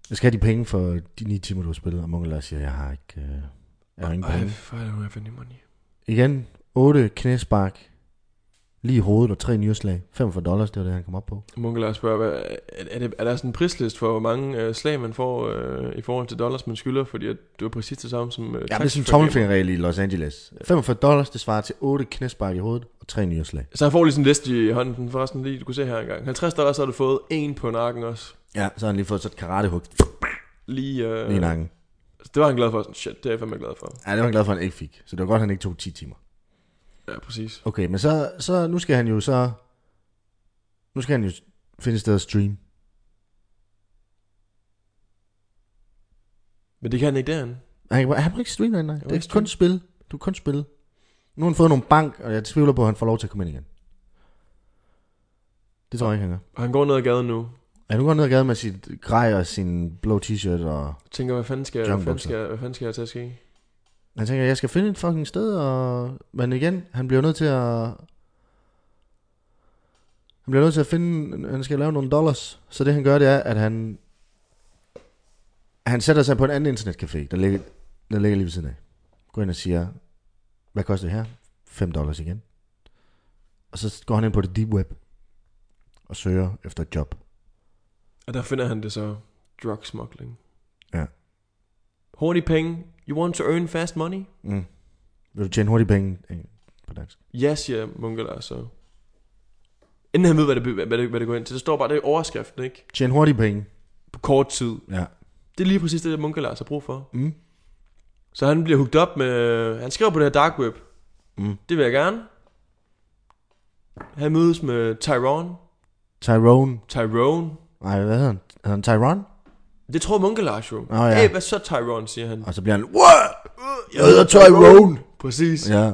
Speaker 2: Jeg skal have de penge for de 9 timer, du har spillet. Og Munkel siger, jeg har ikke, øh, jeg har ingen
Speaker 1: Ej,
Speaker 2: penge.
Speaker 1: for I don't have any money.
Speaker 2: Igen, 8 knæspark, lige i hovedet og tre nyreslag. 45 dollars, det var det, han kom op på.
Speaker 1: Munke Lars spørger, hvad, er, er, det, er der sådan en prislist for, hvor mange øh, slag man får øh, i forhold til dollars, man skylder? Fordi at det var præcis det samme som... Øh,
Speaker 2: Ja, det er sådan en
Speaker 1: taxichaufføren.
Speaker 2: tommelfingerregel i Los Angeles. 45 dollars, det svarer til 8 knæspark i hovedet og 3 nyreslag.
Speaker 1: Så han får lige sådan en liste i hånden, forresten lige, du kunne se her engang. 50 dollars, så har du fået en på nakken også.
Speaker 2: Ja. Så har han lige fået så et karatehug
Speaker 1: Lige, øh,
Speaker 2: øh. i nakken.
Speaker 1: det var han glad for. Sådan, Shit, det er jeg fandme glad for.
Speaker 2: Ja, det var han glad for, at han ikke fik. Så det var godt, at han ikke tog 10 timer.
Speaker 1: Ja, præcis.
Speaker 2: Okay, men så, så nu skal han jo så... Nu skal han jo finde et sted at streame.
Speaker 1: Men det kan han ikke derinde.
Speaker 2: Han kan, bare- han må ikke streame nej. Det
Speaker 1: må
Speaker 2: er
Speaker 1: ikke
Speaker 2: kun spil. Du kan kun spille. Nu har han fået nogle bank, og jeg tvivler på, at han får lov til at komme ind igen. Det tror jeg ikke, han gør.
Speaker 1: Og han går ned ad gaden nu.
Speaker 2: Ja, nu går han ned ad gaden med sit grej og sin blå t-shirt og...
Speaker 1: Tænker, hvad fanden skal,
Speaker 2: Jungle
Speaker 1: hvad fanden
Speaker 2: Boxer.
Speaker 1: skal, hvad fanden skal jeg tage at ske?
Speaker 2: Han tænker, jeg skal finde et fucking sted, og... men igen, han bliver nødt til at... Han bliver nødt til at finde, han skal lave nogle dollars. Så det han gør, det er, at han... Han sætter sig på en anden internetcafé, der ligger, der ligger lige ved siden af. Går ind og siger, hvad koster det her? 5 dollars igen. Og så går han ind på det deep web og søger efter et job.
Speaker 1: Og der finder han det så drug smuggling.
Speaker 2: Ja.
Speaker 1: Hurtige penge. You want to earn fast money?
Speaker 2: Mm. Vil du tjene hurtige penge øh, på dansk?
Speaker 1: Ja, siger Munke Lars så. Inden han ved, hvad det, be- hvad, det, hvad det går ind til. Der står bare, det er overskriften, ikke?
Speaker 2: Tjene hurtige penge.
Speaker 1: På kort tid.
Speaker 2: Ja.
Speaker 1: Det er lige præcis det, Munke Lars har brug for.
Speaker 2: Mm.
Speaker 1: Så han bliver hooked op med... Han skriver på det her dark web.
Speaker 2: Mm.
Speaker 1: Det vil jeg gerne. Han mødes med Tyrone.
Speaker 2: Tyrone.
Speaker 1: Tyrone.
Speaker 2: Nej, hvad hedder han? Hedder han Tyrone?
Speaker 1: Det tror Munkelars jo.
Speaker 2: Nå, Ah, ja.
Speaker 1: Hey, hvad så Tyrone, siger han.
Speaker 2: Og så bliver han, Wah! Jeg hedder Tyrone!
Speaker 1: Præcis. Ja.
Speaker 2: Ja.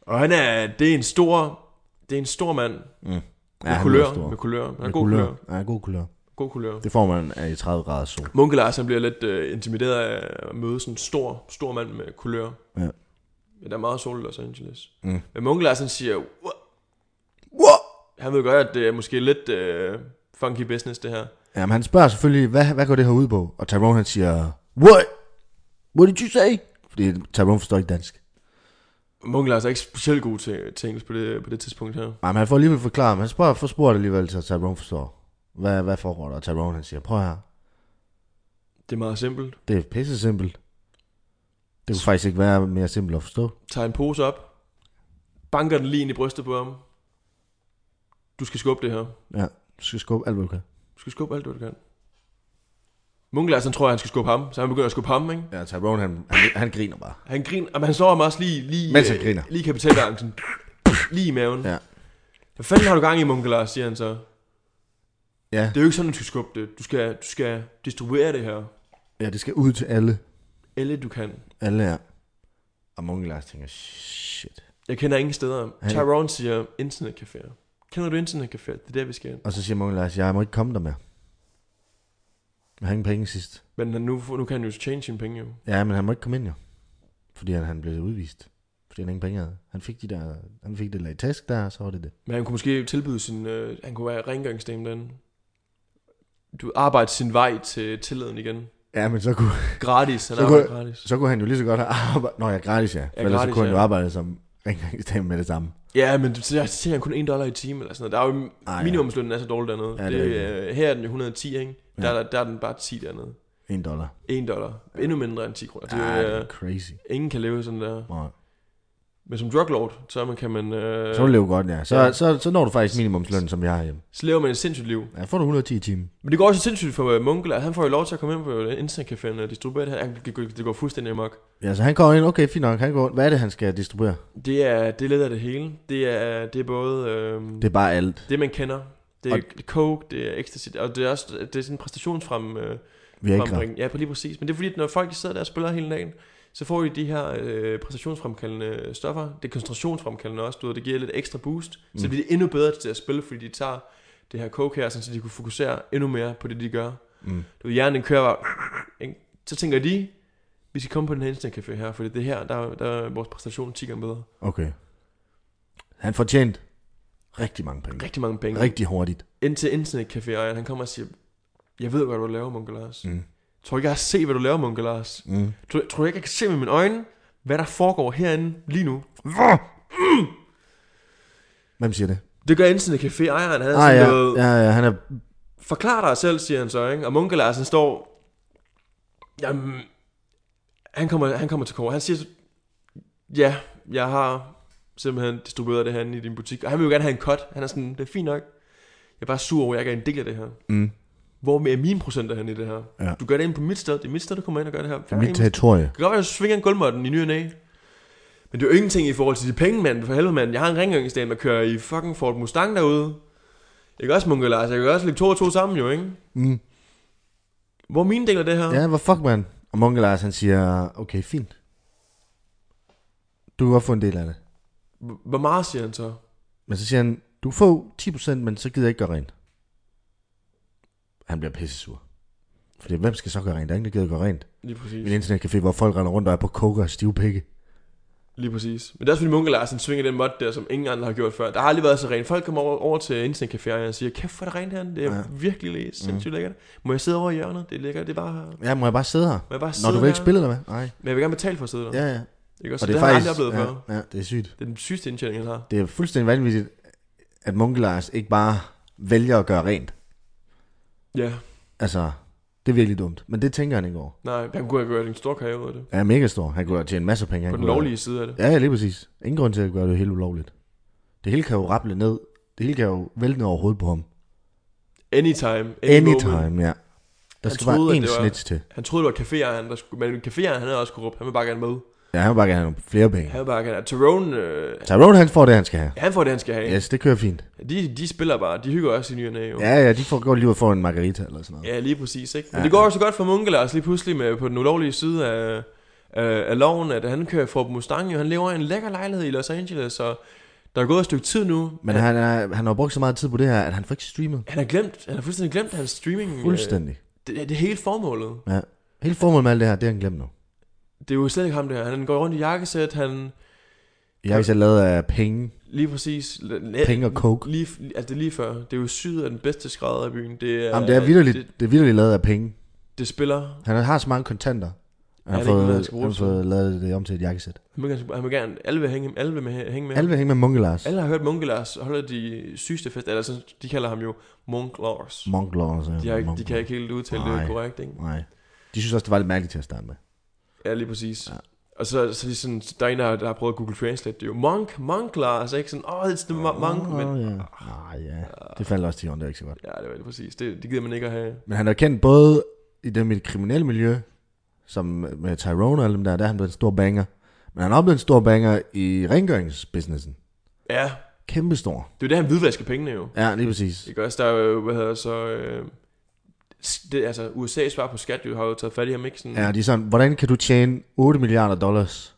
Speaker 1: Og han er, det er en stor, det er en stor mand.
Speaker 2: Mm.
Speaker 1: Med ja,
Speaker 2: han er
Speaker 1: kulør,
Speaker 2: stor.
Speaker 1: med kulør. Han har
Speaker 2: Med
Speaker 1: god kulør. kulør.
Speaker 2: Ja, god kulør.
Speaker 1: God kulør.
Speaker 2: Det får man af i 30 grader sol.
Speaker 1: Munkelars, han bliver lidt uh, intimideret af at møde sådan en stor, stor mand med kulør.
Speaker 2: Ja.
Speaker 1: Ja, der er meget sol i Los Angeles.
Speaker 2: Mm.
Speaker 1: Men Munkelars, han siger, "Wah."
Speaker 2: Wow!
Speaker 1: han ved godt, at det er måske lidt uh, funky business, det her.
Speaker 2: Jamen, han spørger selvfølgelig, hvad, hvad går det her ud på? Og Tyrone han siger, What? What did you say? Fordi Tyrone forstår ikke dansk.
Speaker 1: Munkelars er ikke specielt god til, til engelsk på det, på det tidspunkt her.
Speaker 2: Nej, men han får alligevel forklaret, men han spørger, får spurgt alligevel, så Tyrone forstår. Hvad, hvad foregår der? Og Tyrone han siger, prøv her,
Speaker 1: Det er meget simpelt.
Speaker 2: det er pisse simpelt. Det kunne faktisk ikke være mere simpelt at forstå.
Speaker 1: tager en pose op, banker den lige ind i brystet på ham. Du skal skubbe det her.
Speaker 2: Ja, du skal skubbe alt, hvad du kan.
Speaker 1: Du skal skubbe alt, hvad du kan. Munkelars, han tror, han skal skubbe ham, så han begynder at skubbe ham, ikke?
Speaker 2: Ja, Tyrone han, han, han griner bare.
Speaker 1: Han griner, og han slår ham også lige, lige,
Speaker 2: Mens han
Speaker 1: øh,
Speaker 2: griner.
Speaker 1: lige i kapitalbalancen. lige i maven.
Speaker 2: Ja.
Speaker 1: Hvad fanden har du gang i, Munkelars, siger han så.
Speaker 2: Ja,
Speaker 1: Det er jo ikke sådan, du skal skubbe det. Du skal, du skal distribuere det her.
Speaker 2: ja det skal ud til alle.
Speaker 1: Alle du kan.
Speaker 2: Alle er. Og Munke Lars tænker, shit.
Speaker 1: Jeg kender ingen steder.
Speaker 2: Hey.
Speaker 1: Tyrone siger internetcaféer. Kender du internetcaféer? Det er der, vi skal hen.
Speaker 2: Og så siger Munke Lars, jeg må ikke komme der mere. Jeg har ingen penge sidst.
Speaker 1: Men han- nu, nu kan han jo change sine penge, jo.
Speaker 2: Ja, men han må ikke komme ind jo. Fordi han, han blev udvist. Fordi han ingen penge havde. Han fik, de der, han fik det der i task der, og så var det det.
Speaker 1: Men han kunne måske tilbyde sin... Øh, han kunne være rengøringsdame derinde. Du arbejder sin vej til tilliden igen.
Speaker 2: Ja, men så kunne,
Speaker 1: Gratis. Han
Speaker 2: Så
Speaker 1: arbejder
Speaker 2: kunne-
Speaker 1: gratis.
Speaker 2: så kunne han jo lige så godt have arbejdet. Nå, ja, gratis ja. For ellers så
Speaker 1: gratis,
Speaker 2: kunne han jo
Speaker 1: ja.
Speaker 2: arbejde som rengøringsdame med det samme.
Speaker 1: Ja, men du ser, ser han kun 1 dollar i timen eller sådan noget. Der er jo,
Speaker 2: Ej, ja.
Speaker 1: minimumslønnen er så dårlig dernede.
Speaker 2: Ja,
Speaker 1: Ja,
Speaker 2: det
Speaker 1: det,
Speaker 2: er
Speaker 1: øh, her er den jo 110, ikke? Der,
Speaker 2: Ja.
Speaker 1: ja. der, der er den bare 10 dernede.
Speaker 2: En dollar.
Speaker 1: 1 dollar. Endnu mindre end 10 kroner. Det,
Speaker 2: Ej,
Speaker 1: er,
Speaker 2: det
Speaker 1: øh,
Speaker 2: er crazy.
Speaker 1: ingen kan leve sådan der.
Speaker 2: Nå,
Speaker 1: Men som drug lord, så man, kan man... Øh,
Speaker 2: så er det jo godt, ja. Så,
Speaker 1: ja.
Speaker 2: så, så når du faktisk minimumslønnen, som jeg har hjemme.
Speaker 1: så lever man et sindssygt liv.
Speaker 2: Ja, får du 110 i timen.
Speaker 1: Men det går også sindssygt for øh, Munkler. Han får jo lov til at komme ind på internetcaféen og distribuere det her. Han- det går- Det går fuldstændig amok.
Speaker 2: Ja, så han kommer ind, okay, fint nok, han går ind. Hvad er det, han skal distribuere?
Speaker 1: Det er, det er lidt af det hele. Det er, det er både øhm,
Speaker 2: Det
Speaker 1: det.
Speaker 2: er bare alt.
Speaker 1: det, man kender. Det er
Speaker 2: Og-
Speaker 1: coke, det er ecstasy, og det er også det er sådan en præstationsfrem, øh,
Speaker 2: Vi er ikke
Speaker 1: frembring- Ja, på lige præcis. Men det er fordi, at når folk sidder der og spiller hele dagen, så får de de her øh, præstationsfremkaldende stoffer. Det er koncentrationsfremkaldende også, du ved, det giver lidt ekstra boost. Mm. Så
Speaker 2: Mm.
Speaker 1: bliver de endnu bedre til at spille, fordi de tager det her coke her, sådan, så de kunne fokusere endnu mere på det, de gør.
Speaker 2: Mm.
Speaker 1: Du ved, hjernen den kører bare, ikke? så tænker de, vi skal komme på den her internetcafé her, fordi det her, der, der er vores præstation 10 gange bedre.
Speaker 2: Okay. Han fortjent rigtig mange penge.
Speaker 1: Rigtig mange penge.
Speaker 2: Rigtig hurtigt.
Speaker 1: ind til internetcaféejeren, han kommer og siger, jeg ved godt, hvad du laver, Munke Lars.
Speaker 2: Mm.
Speaker 1: Tror du ikke, jeg har set, hvad du laver, Munke Lars?
Speaker 2: Mm.
Speaker 1: Tror, tror du ikke, jeg kan se med mine øjne, hvad der foregår herinde lige nu?
Speaker 2: Hvem siger det?
Speaker 1: Det gør internetcaféejeren, han er
Speaker 2: Ah,
Speaker 1: sådan
Speaker 2: ja,
Speaker 1: noget,
Speaker 2: ja, ja, han er...
Speaker 1: forklar dig selv, siger han så, ikke? Og Munke Lars, han står, jamen, han kommer, han kommer til kort. Han siger, ja, jeg har simpelthen distribueret det her inde i din butik, og han vil jo gerne have en cut. Han er sådan, det er fint nok. Jeg er bare sur over, at jeg ikke er en del af det her.
Speaker 2: Mm.
Speaker 1: Hvor er mine procenter henne i det her?
Speaker 2: Ja.
Speaker 1: Ja. Du gør det ind på mit sted. Det er mit sted, du kommer ind og gør det her.
Speaker 2: Det
Speaker 1: Det
Speaker 2: er mit territorie.
Speaker 1: kan godt være, at du svinger en gulvmåtten i ny og næ. Men det er jo ingenting i forhold til de penge, mand. For helvede, mand. Jeg har en rengøringsdag, der kører i fucking Ford Mustang derude. Jeg kan også munke Lars. Jeg kan også lægge to og to sammen, jo, ikke?
Speaker 2: Mm.
Speaker 1: Hvor er mine del af det her?
Speaker 2: Ja, hvor fuck, man? Og Munke Lars, han siger, okay, fint. Du kan godt få en del af det.
Speaker 1: H- Hvor meget siger han så?
Speaker 2: Men så siger han, du får 10%, men så gider jeg ikke gøre rent. Han bliver pissesur. Fordi hvem skal så gøre rent? Der er ingen, der gider gøre rent.
Speaker 1: Lige
Speaker 2: I
Speaker 1: præcis.
Speaker 2: en internetcafé, hvor folk render rundt og er på koker og stive pikke.
Speaker 1: Lige præcis. Men det er også fordi Munke Lars han svinger den mod der, som ingen andre har gjort før. Der har aldrig været så rent. Folk kommer over, over til internetcaféerne og siger, kæft hvor er det rent herinde. Det er
Speaker 2: Ja. Mhm.
Speaker 1: ja. virkelig læ- sindssygt lækkert. Må jeg sidde over i hjørnet? Det er lækkert. Det er bare... Må
Speaker 2: Ja, må jeg bare sidde her?
Speaker 1: jeg bare
Speaker 2: Nå,
Speaker 1: sidde
Speaker 2: du vil ikke
Speaker 1: her?
Speaker 2: spille, eller hvad? Nej.
Speaker 1: Men jeg vil gerne betale for at sidde der.
Speaker 2: Ja, ja.
Speaker 1: Ikke også? Så
Speaker 2: Og
Speaker 1: det, det har jeg aldrig oplevet ja. før.
Speaker 2: ja, ja, det er sygt.
Speaker 1: Det er den sygeste indtjening, han har.
Speaker 2: Det er fuldstændig vanvittigt, at Munke Lars ikke bare vælger at gøre rent.
Speaker 1: Ja,
Speaker 2: Altså, det er virkelig dumt. Men det tænker han ikke over.
Speaker 1: nej, han kunne have gjort en stor karriere ud af det.
Speaker 2: Han er mega stor. Han kunne tjene masser af penge. Han
Speaker 1: På den
Speaker 2: kunne-
Speaker 1: lovlige side af det.
Speaker 2: Ja, ja, lige præcis. Ingen grund til at gøre det helt ulovligt. Det hele kan jo rappe ned. Det hele kan jo vælte ned over hovedet på ham.
Speaker 1: Anytime. any moment.
Speaker 2: Anytime, ja. Der
Speaker 1: Han
Speaker 2: skal
Speaker 1: troede,
Speaker 2: bare
Speaker 1: at
Speaker 2: en
Speaker 1: det var-
Speaker 2: snitch til.
Speaker 1: Han troede, det var caféejeren, der skulle... Men caféejeren, han er også korrupt. Han vil bare gerne med.
Speaker 2: Ja, han vil bare gerne have nogle flere penge.
Speaker 1: Han vil bare gerne... Tyrone, øh,
Speaker 2: Tyrone, han får det, han skal have.
Speaker 1: han får det, han skal have.
Speaker 2: Yes, det kører fint.
Speaker 1: De, de spiller bare. De hygger også i ny og næ, jo.
Speaker 2: Ja, ja, de får godt lige ud for en margarita eller sådan noget.
Speaker 1: Ja, lige præcis, ikke? Men
Speaker 2: Ja,
Speaker 1: det går også godt for Munkelars lige pludselig med, på den ulovlige side af, af, af loven, at han kører Ford Mustang, og han lever i en lækker lejlighed i Los Angeles, og der er gået et stykke tid nu.
Speaker 2: Men han, er, han har brugt så meget tid på det her, at han får ikke streamet.
Speaker 1: Han har glemt, han har fuldstændig glemt hans streaming. øh,
Speaker 2: Fuldstændig.
Speaker 1: Det, det, er hele formålet.
Speaker 2: Ja. Hele formålet med alt det her, det har han glemt nu.
Speaker 1: Det er jo slet ikke ham der. Han går rundt i jakkesæt, han
Speaker 2: Jeg har selv lavet af penge,
Speaker 1: lige præcis...
Speaker 2: penge og coke.
Speaker 1: Lige, altså det er lige før. Det er jo syet af den bedste skrædder i byen. Det er,
Speaker 2: Jamen, det er vitterligt,
Speaker 1: Det,
Speaker 2: det er vitterligt lavet af penge.
Speaker 1: det spiller.
Speaker 2: Han har så mange kontanter. Han
Speaker 1: Ja, det er ikke
Speaker 2: har fået,
Speaker 1: noget, han skal bruge
Speaker 2: han har
Speaker 1: til.
Speaker 2: fået lavet det om til et jakkesæt.
Speaker 1: Han vil, gerne- han vil gerne... Alle vil hænge, alle vil hænge med ham.
Speaker 2: Alle vil hænge med Munke Lars.
Speaker 1: Alle har hørt Munke Lars holde de sygeste fest, eller sådan, de kalder ham jo Munk Lars.
Speaker 2: Monk Lars. ja.
Speaker 1: De, har ikke,
Speaker 2: Monk
Speaker 1: de kan
Speaker 2: Lars.
Speaker 1: ikke helt udtale
Speaker 2: Nej.
Speaker 1: det korrekt, ikke?
Speaker 2: altså. Nej. De synes også, det var lidt mærkeligt til at starte med.
Speaker 1: Ja, lige præcis.
Speaker 2: Ja.
Speaker 1: Ja. Og så, så er de sådan, der er en, der, har- der har prøvet at Google Translate, det er jo Monk, Monk Lars, ikke? Sådan, åh, oh, it's the mo- Monk, men...
Speaker 2: Åh, ja. Nej, ja. Det faldt også til jorden, det var ikke så godt.
Speaker 1: Ja, det var det præcis. Det, det gider man ikke at have.
Speaker 2: Men han er kendt både i det med det kriminelle miljø, som med Tyrone og dem der, der er han blevet en stor banger. Men han er også blevet en stor banger i rengøringsbusinessen.
Speaker 1: Ja,
Speaker 2: Kæmpe stor.
Speaker 1: det er jo det, han hvidvasker pengene jo.
Speaker 2: Ja, lige præcis.
Speaker 1: Ikke også? Der er jo, hvad hedder det så... Øh, det, altså, USA's svar på skat, jo, har jo taget fat i ham, ikke? Sådan,
Speaker 2: Ja, de er sådan, hvordan kan du tjene 8 milliarder dollars,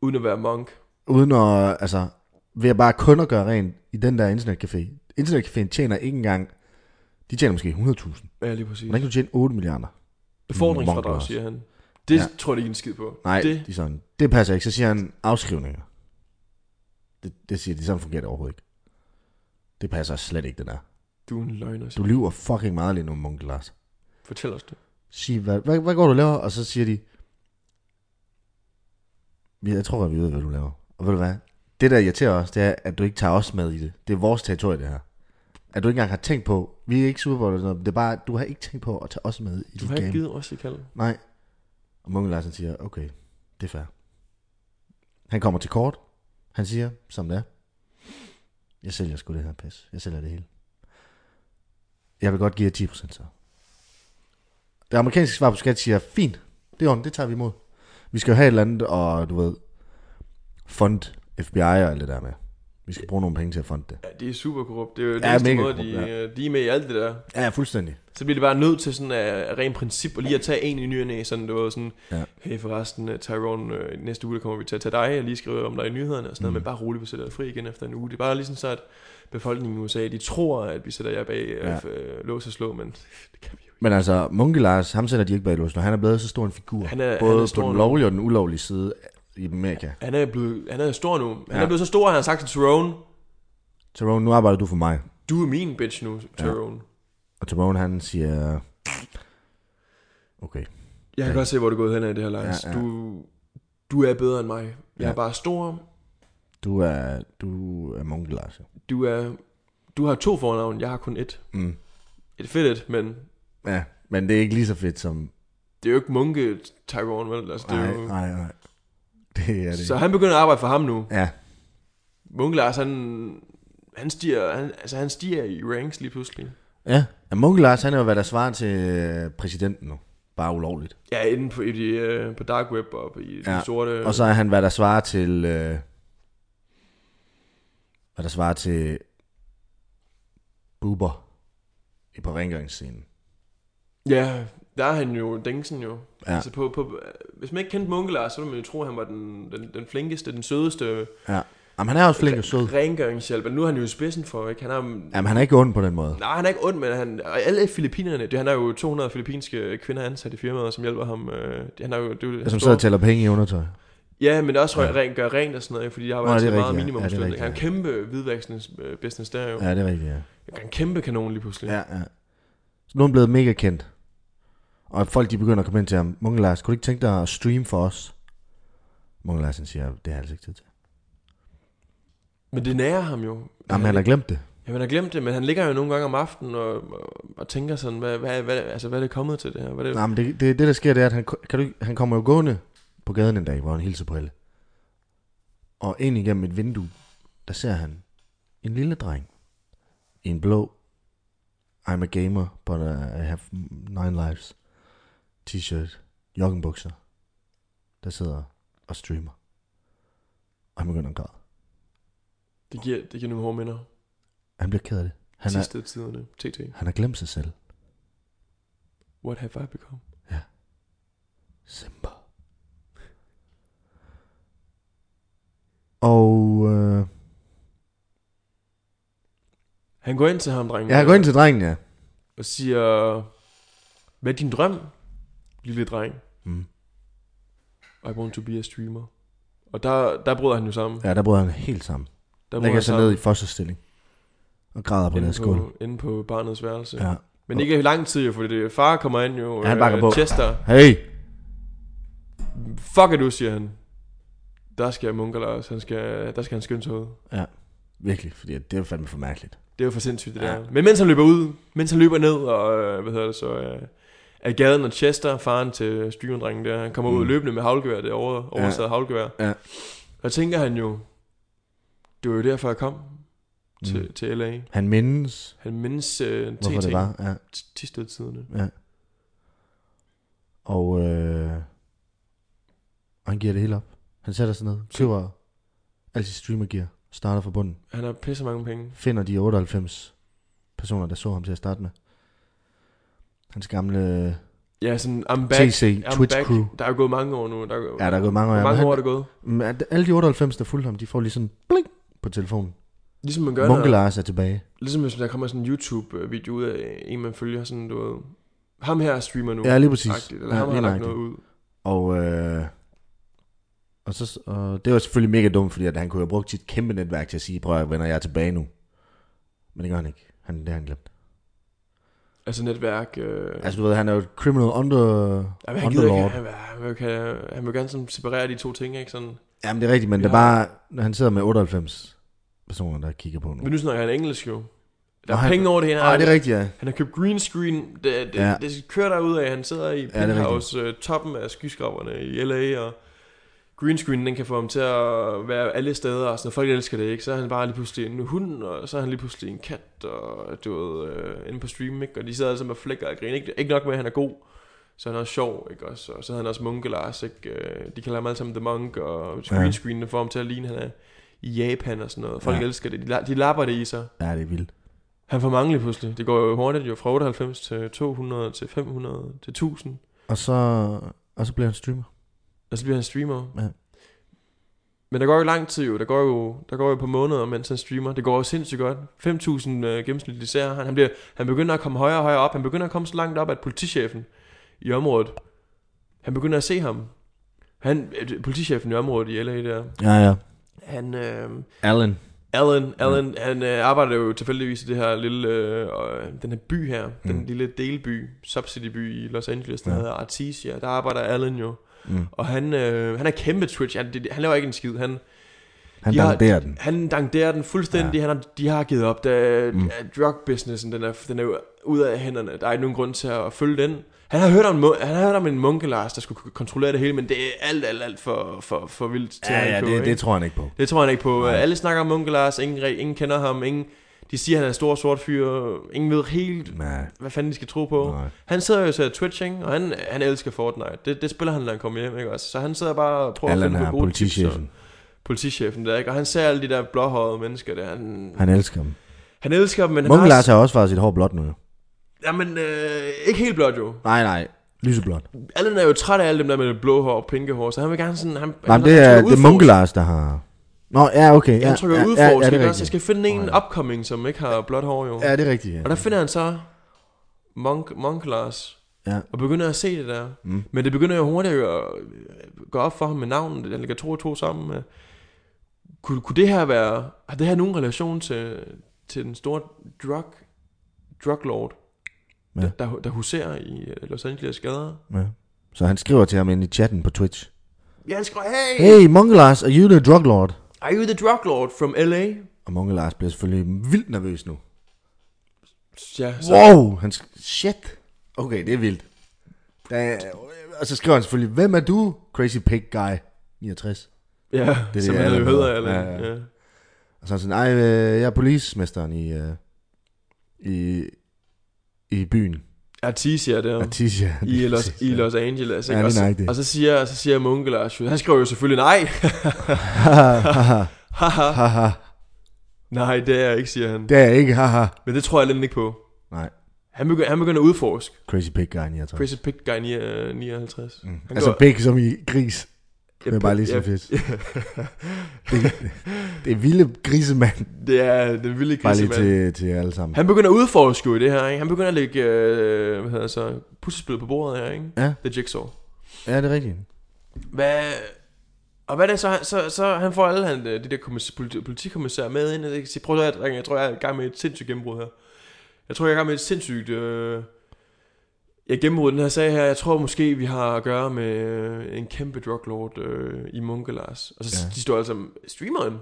Speaker 1: Uden at være monk.
Speaker 2: uden at, altså, ved at bare kun at gøre rent i den der internetcafé. Internetcaféen tjener ikke engang, de tjener måske 100.000.
Speaker 1: Ja, lige præcis.
Speaker 2: Hvordan kan du tjene 8 milliarder? Monk
Speaker 1: Befordringsfradrag,
Speaker 2: Lars.
Speaker 1: siger han. Det
Speaker 2: Ja.
Speaker 1: ja. tror jeg ikke en skid på.
Speaker 2: Nej, det,
Speaker 1: Det,
Speaker 2: de er sådan, det passer ikke. Så siger han afskrivninger. Det, det siger de, sådan fungerer det overhovedet ikke. Det passer slet ikke, det der.
Speaker 1: du er en løgner, siger
Speaker 2: Du lyver fucking meget lige nu, Munke Lars.
Speaker 1: Fortæl os det.
Speaker 2: Sig, hvad, hvad, hvad går du og laver? Og så siger de, "Vi- jeg tror godt, vi ved, hvad du laver. Og ved du hvad? Det, der irriterer os, det er, at du ikke tager os med i det. Det er vores territorie, det her. At du ikke engang har tænkt på, vi er ikke Super Bowl eller noget, det er bare, du har ikke tænkt på at tage os med i
Speaker 1: Du
Speaker 2: dit
Speaker 1: har
Speaker 2: game.
Speaker 1: ikke givet os i kald.
Speaker 2: Nej. Og Munke Larsen siger, okay, det er fair. Han kommer til kort. Han siger, som det er. Jeg sælger sgu det her pis. Jeg sælger det hele. Jeg vil godt give jer 10% så. Det amerikanske svar på skat siger, fint, det er ordentligt, det tager vi imod. Vi skal jo have et eller andet, og du ved, fund FBI og alt det der med. Vi skal bruge nogle penge til at funde det.
Speaker 1: Ja, det er super korrupt. Det er jo den
Speaker 2: Ja,
Speaker 1: eneste
Speaker 2: mega
Speaker 1: måde, de,
Speaker 2: korrupt,
Speaker 1: øh, de er med i alt det der.
Speaker 2: Ja, fuldstændig.
Speaker 1: Så bliver det bare nødt til sådan af uh, ren princip og lige at tage en i ny og næ, sådan det var sådan,
Speaker 2: Ja.
Speaker 1: ja. hey forresten øh, Tyrone, øh, næste uge der kommer vi til at tage dig og lige skrive om dig i nyhederne og sådan mm. noget, men bare roligt, vi sætter dig fri igen efter en uge. Det er bare ligesom så, at befolkningen i USA, de tror, at vi sætter jer bag
Speaker 2: Ja.
Speaker 1: ja. øh, lås og slå, men det kan vi jo ikke.
Speaker 2: Men altså, Munke Lars, ham sætter de ikke bag låsen, og han er blevet så stor en figur.
Speaker 1: Han er-
Speaker 2: både
Speaker 1: Øh, han er stor
Speaker 2: på den
Speaker 1: nu.
Speaker 2: lovlige og den ulovlige side i Amerika.
Speaker 1: Han er, blevet, han er stor nu. Han
Speaker 2: Ja.
Speaker 1: er blevet så stor, at han har sagt til Tyrone,
Speaker 2: Tyrone, nu arbejder du for mig.
Speaker 1: du er min bitch nu, Tyrone. Ja.
Speaker 2: Og Tyrone, han siger... Okay.
Speaker 1: Jeg kan
Speaker 2: Ja.
Speaker 1: godt se, hvor det er gået hen af det her, Lars.
Speaker 2: Ja,
Speaker 1: Ja,
Speaker 2: ja.
Speaker 1: ja. Du, du er bedre end mig. Jeg
Speaker 2: Ja.
Speaker 1: ja. er bare stor,
Speaker 2: Du er, du er munke, Lars. jo."
Speaker 1: du er... Du har to fornavn, jeg har kun et.
Speaker 2: Mm.
Speaker 1: Et fedt et, men
Speaker 2: Ja, men det er ikke lige så fedt som...
Speaker 1: det er jo ikke munke Tyrone, vel? Altså, det er
Speaker 2: Nej,
Speaker 1: jo...
Speaker 2: nej, nej. Det er det
Speaker 1: Så
Speaker 2: ikke.
Speaker 1: han begynder at arbejde for ham nu.
Speaker 2: Ja,
Speaker 1: Munke Lars, han, han, stiger, han, altså, han stiger i ranks lige pludselig.
Speaker 2: ja. ja munke Lars, han er jo, hvad der svarer til øh, præsidenten nu. Bare ulovligt.
Speaker 1: Ja, inde på, i de, øh, på dark web og på- i de
Speaker 2: Ja,
Speaker 1: ja. sorte...
Speaker 2: Og så er han, hvad der svarer til... Øh, hvad der svarer til... Buber. I på rengøringsscenen.
Speaker 1: Ja, der er han jo dingsen jo.
Speaker 2: Ja.
Speaker 1: Ja. Altså på, på, hvis man ikke kendte Munke Lars, så ville man jo tro, at han var den, den, den flinkeste, den sødeste
Speaker 2: Ja. Jamen, han er også flink og sød.
Speaker 1: rengøringshjælp. Men nu er han jo i spidsen for, ikke? Han er,
Speaker 2: Jamen, han er ikke ond på den måde.
Speaker 1: Nej, han er ikke ond, men han, og alle filippinerne, det, han har jo 200 filippinske kvinder ansat i firmaet, som hjælper ham. Øh, det, han er jo, det, er jo-
Speaker 2: Ja,
Speaker 1: han
Speaker 2: som sidder og
Speaker 1: står-
Speaker 2: tæller penge i undertøj.
Speaker 1: Ja, men det er også
Speaker 2: Ja.
Speaker 1: ja. rent, gør rent og sådan noget, ikke? fordi de har
Speaker 2: Nå,
Speaker 1: været
Speaker 2: det er
Speaker 1: til meget
Speaker 2: rigtigt, ja.
Speaker 1: minimum
Speaker 2: Ja, det er
Speaker 1: ja,
Speaker 2: rigtigt,
Speaker 1: Han er en kæmpe øh, hvidvækstens der jo.
Speaker 2: Ja, det er rigtigt, ja.
Speaker 1: Han er en kæmpe kanon lige pludselig.
Speaker 2: ja, ja. Så nu er han blevet mega kendt. Og folk de begynder at komme ind til ham. Munke Lars, kunne du ikke tænke dig at streame for os? Munke Lars han siger, det har jeg altså ikke tid til.
Speaker 1: Men det nærer ham jo. Øh,
Speaker 2: Jamen, han har glemt det.
Speaker 1: Ja, man har glemt det, men han ligger jo nogle gange om aftenen og, og, og tænker sådan, hvad, hvad, hvad, altså, hvad er det kommet til det her? Hvad er det?
Speaker 2: Nej, men det, det, det der sker, det er, at han, ko- kan du, ikke- han kommer jo gående på gaden en dag, hvor han hilser på alle. Og ind igennem et vindue, der ser han en lille dreng i en blå I'm a gamer, but I have nine lives t-shirt, joggingbukser, der sidder og streamer. Og han begynder at græde.
Speaker 1: Det, giver, det giver nogle hårde minder.
Speaker 2: Han bliver ked af det. Han,
Speaker 1: Han
Speaker 2: er,
Speaker 1: sidste er... tiderne. TT.
Speaker 2: han har glemt sig selv.
Speaker 1: What have I become?
Speaker 2: Simba. Og øh,
Speaker 1: Han går ind til ham, drengen.
Speaker 2: jeg går ind til drengen, ja.
Speaker 1: Og siger, hvad er din drøm, lille dreng?
Speaker 2: Mm.
Speaker 1: I want to be a streamer. Og der, der bryder han jo sammen.
Speaker 2: Ja, der bryder han helt sammen.
Speaker 1: Der
Speaker 2: Der
Speaker 1: bryder
Speaker 2: lægger
Speaker 1: han
Speaker 2: sig ned i fosterstilling. Og græder på
Speaker 1: inde
Speaker 2: deres skål.
Speaker 1: på, inde på barnets værelse. Ja.
Speaker 2: Ja.
Speaker 1: Men ikke i lang tid jo, fordi det, far kommer ind jo. øh,
Speaker 2: Ja, han bakker på.
Speaker 1: Chester.
Speaker 2: Hey!
Speaker 1: Fuck er du, siger han. Der skal Munkerlars, han skal, der skal han skynde sig ud.
Speaker 2: Virkelig, fordi det er jo fandme for mærkeligt.
Speaker 1: Det er jo for sindssygt, det ja.
Speaker 2: Ja.
Speaker 1: der. Men mens han løber ud, mens han løber ned, og øh, hvad hedder det så, øh, af gaden og Chester, faren til streamerdrengen der, han kommer mm. ud
Speaker 2: Mm.
Speaker 1: løbende med havlgevær derovre, oversaget ja. havlgevær.
Speaker 2: Ja.
Speaker 1: Og tænker han jo, det var jo derfor, jeg kom til, mm. til LA.
Speaker 2: Han mindes,
Speaker 1: Han mindes øh, TT,
Speaker 2: hvorfor det var. Ja,
Speaker 1: tidstedtiderne.
Speaker 2: ja. Og øh, han giver det hele op. Han sætter sig ned, køber alt sit streamergear, starter fra bunden.
Speaker 1: Han har pisse mange penge.
Speaker 2: finder de 98 personer, der så ham til at starte med. Hans gamle øh,
Speaker 1: Ja, sådan, I'm back.
Speaker 2: TC, Twitch
Speaker 1: back.
Speaker 2: crew.
Speaker 1: Der er jo gået mange år nu. Der er,
Speaker 2: Ja, der er gået mange år.
Speaker 1: Hvor
Speaker 2: ja,
Speaker 1: mange
Speaker 2: men
Speaker 1: år er det gået?
Speaker 2: han- men at- alle de 98, der fulgte ham, de får lige sådan bling på telefonen.
Speaker 1: Ligesom man gør,
Speaker 2: Munke
Speaker 1: når,
Speaker 2: Lars er tilbage.
Speaker 1: ligesom hvis der kommer sådan en YouTube-video ud af en, man følger, sådan, du ved, ham her streamer nu.
Speaker 2: Ja, lige præcis.
Speaker 1: Agtigt, eller ja, ham
Speaker 2: ja,
Speaker 1: har
Speaker 2: lige
Speaker 1: lagt noget
Speaker 2: nøjagtigt.
Speaker 1: ud.
Speaker 2: Og, øh, og, så, og det var selvfølgelig mega dumt, fordi at han kunne have brugt sit kæmpe netværk til at sige, prøv at venner, jeg er tilbage nu. Men det gør han ikke. Han, det har han glemt.
Speaker 1: Altså netværk. Øh, altså,
Speaker 2: Altså du ved, han er jo et criminal under,
Speaker 1: jamen, han, gider ikke,
Speaker 2: underlord.
Speaker 1: han, vil- han, vil, kan, han vil gerne sådan separere de to ting, ikke? Sådan.
Speaker 2: Jamen det er rigtigt, men
Speaker 1: Vi
Speaker 2: det er
Speaker 1: har-
Speaker 2: bare, når han sidder med 98 personer, der kigger på nu.
Speaker 1: Men nu snakker han engelsk jo. Der er
Speaker 2: Nå, han-
Speaker 1: penge over det her.
Speaker 2: Nej, det er rigtigt, ja.
Speaker 1: Han har købt green screen. Det, det, ja.
Speaker 2: Ja.
Speaker 1: det kører derud af. Han sidder i
Speaker 2: er rigtigt.
Speaker 1: penthouse, ja, toppen af skyskraberne i LA, og green screen, den kan få ham til at være alle steder, og sådan noget. Folk elsker det, ikke? Så er han bare lige pludselig en hund, og så er han lige pludselig en kat, og du ved, øh, inde på streamen, ikke? Og de sidder altså med flækker og griner. Ikke, ikke nok med, at han er god, så er han også sjov, ikke? Også, og så er han også munke Lars, ikke? Øh, De kalder ham alle sammen The Monk, og
Speaker 2: Ja.
Speaker 1: green screen, den får ham til at ligne, han er i Japan og sådan noget. Folk ja.
Speaker 2: Ja.
Speaker 1: elsker det. De, la- de lapper det i sig.
Speaker 2: Ja, det er vildt.
Speaker 1: Han får mange lige pludselig. Det går jo hurtigt jo fra 98 til 200 til 500 til 1000.
Speaker 2: Og så, og så bliver han streamer.
Speaker 1: Og så bliver han streamer.
Speaker 2: Ja.
Speaker 1: Men der går jo lang tid jo. Der går jo, der går jo på måneder, mens han streamer. Det går jo sindssygt godt. 5.000 øh, gennemsnitlige ser han. Han, bliver, han begynder at komme højere og højere op. Han begynder at komme så langt op, at politichefen i området, han begynder at se ham. Han, øh, politichefen i området i LA der,
Speaker 2: Ja, ja.
Speaker 1: han, øh,
Speaker 2: Allen.
Speaker 1: Alan, Alan mm. han øh, arbejder jo tilfældigvis i det her lille, øh, øh, den her by her, mm. den
Speaker 2: Mm.
Speaker 1: lille delby, subsidyby i Los Angeles, der ja.
Speaker 2: Ja.
Speaker 1: hedder Artesia. Der arbejder Alan jo.
Speaker 2: Mm.
Speaker 1: Og han, øh, han er kæmpe Twitch. Han, det, han laver ikke en skid. Han,
Speaker 2: Han
Speaker 1: De har-
Speaker 2: danderer den.
Speaker 1: han dankderer den fuldstændig. Ja. Han har, de har givet op. Da, mm. Drug-businessen, den er, den er jo ud af hænderne. Der er ikke nogen grund til at følge den. Han har hørt om, mu- han har hørt om en munkelars, der skulle kontrollere det hele, men det er alt, alt, alt for, for, for vildt til at
Speaker 2: Ja,
Speaker 1: han
Speaker 2: ja,
Speaker 1: køber,
Speaker 2: det,
Speaker 1: ikke?
Speaker 2: det tror han ikke på.
Speaker 1: Det tror han ikke på. Øh,
Speaker 2: Nej.
Speaker 1: Alle snakker om onkel Lars, ingen, re- ingen kender ham, ingen, de siger, han er en stor sort fyr, ingen ved helt,
Speaker 2: Nej.
Speaker 1: hvad fanden de skal tro på.
Speaker 2: Nej.
Speaker 1: Han sidder jo til Twitching, og han, han elsker Fortnite. Det, det spiller han, når han kommer hjem, ikke også? Så han sidder bare og prøver
Speaker 2: Allen
Speaker 1: at
Speaker 2: er
Speaker 1: finde på gode tips. og-
Speaker 2: politichefen.
Speaker 1: Politichefen der, ikke? Og han ser alle de der blåhårede mennesker der. Han,
Speaker 2: Han elsker ham.
Speaker 1: han elsker dem, men han
Speaker 2: Munke
Speaker 1: har...
Speaker 2: Lars har også farvet sit hår blåt nu. jo.
Speaker 1: Jamen, øh, ikke helt blåt jo.
Speaker 2: Nej, nej. Lyseblåt.
Speaker 1: Allen er jo træt af alle dem der med det blå hår og pinke hår, så han vil gerne sådan... Han,
Speaker 2: Nej,
Speaker 1: han,
Speaker 2: men det
Speaker 1: han
Speaker 2: er,
Speaker 1: trykker
Speaker 2: det er
Speaker 1: udforsk-
Speaker 2: Munke Lars, der har... Nå, ja, okay. Ja,
Speaker 1: Han trykker
Speaker 2: ja,
Speaker 1: udforsk,
Speaker 2: ja, ja,
Speaker 1: ikke
Speaker 2: det er
Speaker 1: også? Jeg
Speaker 2: rigtigt.
Speaker 1: skal finde en
Speaker 2: Nej.
Speaker 1: upcoming, som ikke har blåt hår jo.
Speaker 2: Ja, det er rigtigt. Ja.
Speaker 1: Og der finder han så Monk, Monk Lars,
Speaker 2: Ja.
Speaker 1: og begynder at se det der.
Speaker 2: Mm.
Speaker 1: Men det begynder jo hurtigt at øh, gå op for ham med navnet, han ligger to og to sammen med. Kunne, kunne det her være, har det her nogen relation til, til den store drug, drug lord,
Speaker 2: Ja.
Speaker 1: der, der, der huserer i øh, Los Angeles gader?
Speaker 2: Ja. Så han skriver til ham ind i chatten på Twitch.
Speaker 1: Ja, han skriver, hey!
Speaker 2: Hey, Munke Lars, are you the drug lord?
Speaker 1: Are you the drug lord from L.A.?
Speaker 2: Og Munke Lars bliver selvfølgelig vildt nervøs nu.
Speaker 1: Ja, så,
Speaker 2: Wow, han sk- shit. Okay, det er vildt. Da, og så skriver han selvfølgelig, hvem er du, crazy pig guy 69?
Speaker 1: ja, det
Speaker 2: det,
Speaker 1: som
Speaker 2: jeg
Speaker 1: han jo
Speaker 2: allerede-
Speaker 1: hedder, eller,
Speaker 2: ja, ja.
Speaker 1: ja, ja.
Speaker 2: Og så er han sådan, nej, jeg er polismesteren i, øh, i, i byen.
Speaker 1: Artesia der.
Speaker 2: Artesia.
Speaker 1: I Los, I Los Angeles, ikke?
Speaker 2: Ja,
Speaker 1: og,
Speaker 2: lige
Speaker 1: så,
Speaker 2: nøjagtigt.
Speaker 1: og så siger, så siger Munke Lars, jo- han skriver jo selvfølgelig nej. Haha,
Speaker 2: Haha,
Speaker 1: nej, det er jeg ikke, siger han.
Speaker 2: det er jeg ikke, haha.
Speaker 1: Men det tror jeg lidt ikke på.
Speaker 2: Nej,
Speaker 1: Han begynder, han begynder at udforske.
Speaker 2: crazy pig guy 69.
Speaker 1: Crazy Pig Guy ni- øh, 59.
Speaker 2: Mm.
Speaker 1: Han
Speaker 2: Altså
Speaker 1: går-
Speaker 2: pig som i gris. Det
Speaker 1: Ja,
Speaker 2: er bare lige så
Speaker 1: ja,
Speaker 2: fedt. Det, det er vilde grisemand.
Speaker 1: Det er den vilde
Speaker 2: Bare lige
Speaker 1: grisemand.
Speaker 2: til, til jer alle sammen.
Speaker 1: Han begynder at udforske jo i det her, ikke? Han begynder at lægge, øh, hvad hedder det så, puslespillet på bordet her, ikke?
Speaker 2: Ja.
Speaker 1: The Jigsaw.
Speaker 2: Ja, det er rigtigt.
Speaker 1: Hvad... Og hvad er det så, han- så, så han får alle han, øh, de der kommis- politi- politikommissærer med ind, og de siger, prøv at høre, drenge, jeg tror, jeg er i gang med et sindssygt gennembrud her. Jeg tror, jeg er i gang med et sindssygt... Øh, jeg gennembrud i den her sag her, jeg tror måske, vi har at gøre med øh, en kæmpe druglord øh, i Munkelars. Og så
Speaker 2: Ja.
Speaker 1: ja. de står altså, streameren?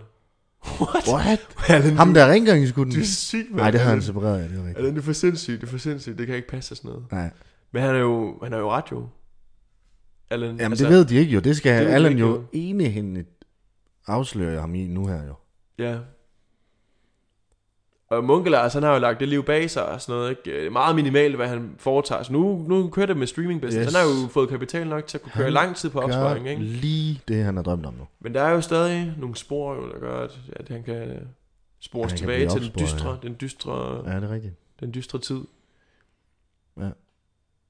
Speaker 1: What?
Speaker 2: What?
Speaker 1: Alan,
Speaker 2: Ham
Speaker 1: du-
Speaker 2: der rengøringskuden.
Speaker 1: Du er syg, mand.
Speaker 2: Nej, det havde han
Speaker 1: Alan,
Speaker 2: separeret, ja, det er rigtigt.
Speaker 1: Alan, du er for sindssygt, du er for sindssygt, det kan ikke passe og sådan noget.
Speaker 2: Nej.
Speaker 1: Men han er jo, han er jo ret jo. Alan, altså-
Speaker 2: Jamen, det ved de ikke jo. Det skal
Speaker 1: det ved
Speaker 2: det
Speaker 1: de
Speaker 2: Allan
Speaker 1: ikke
Speaker 2: jo
Speaker 1: jo.
Speaker 2: enehændigt afsløre ham i nu her jo.
Speaker 1: Ja. Og Munke Lars, han har jo lagt det liv bag sig og sådan noget, ikke? Øh, Meget minimalt, hvad han foretager. Så nu, nu kører det med streaming business.
Speaker 2: Yes.
Speaker 1: Yes. Han har jo fået kapital nok til at kunne køre
Speaker 2: Han
Speaker 1: han lang tid på opsparing,
Speaker 2: Gør
Speaker 1: ikke?
Speaker 2: lige det, han har drømt om nu.
Speaker 1: Men der er jo stadig nogle spor, jo, der gør, at, at han kan øh, spores
Speaker 2: Han kan
Speaker 1: tilbage
Speaker 2: blive
Speaker 1: til den
Speaker 2: opsporet,
Speaker 1: dystre,
Speaker 2: ja.
Speaker 1: den dystre,
Speaker 2: Ja, det er rigtigt.
Speaker 1: den dystre tid.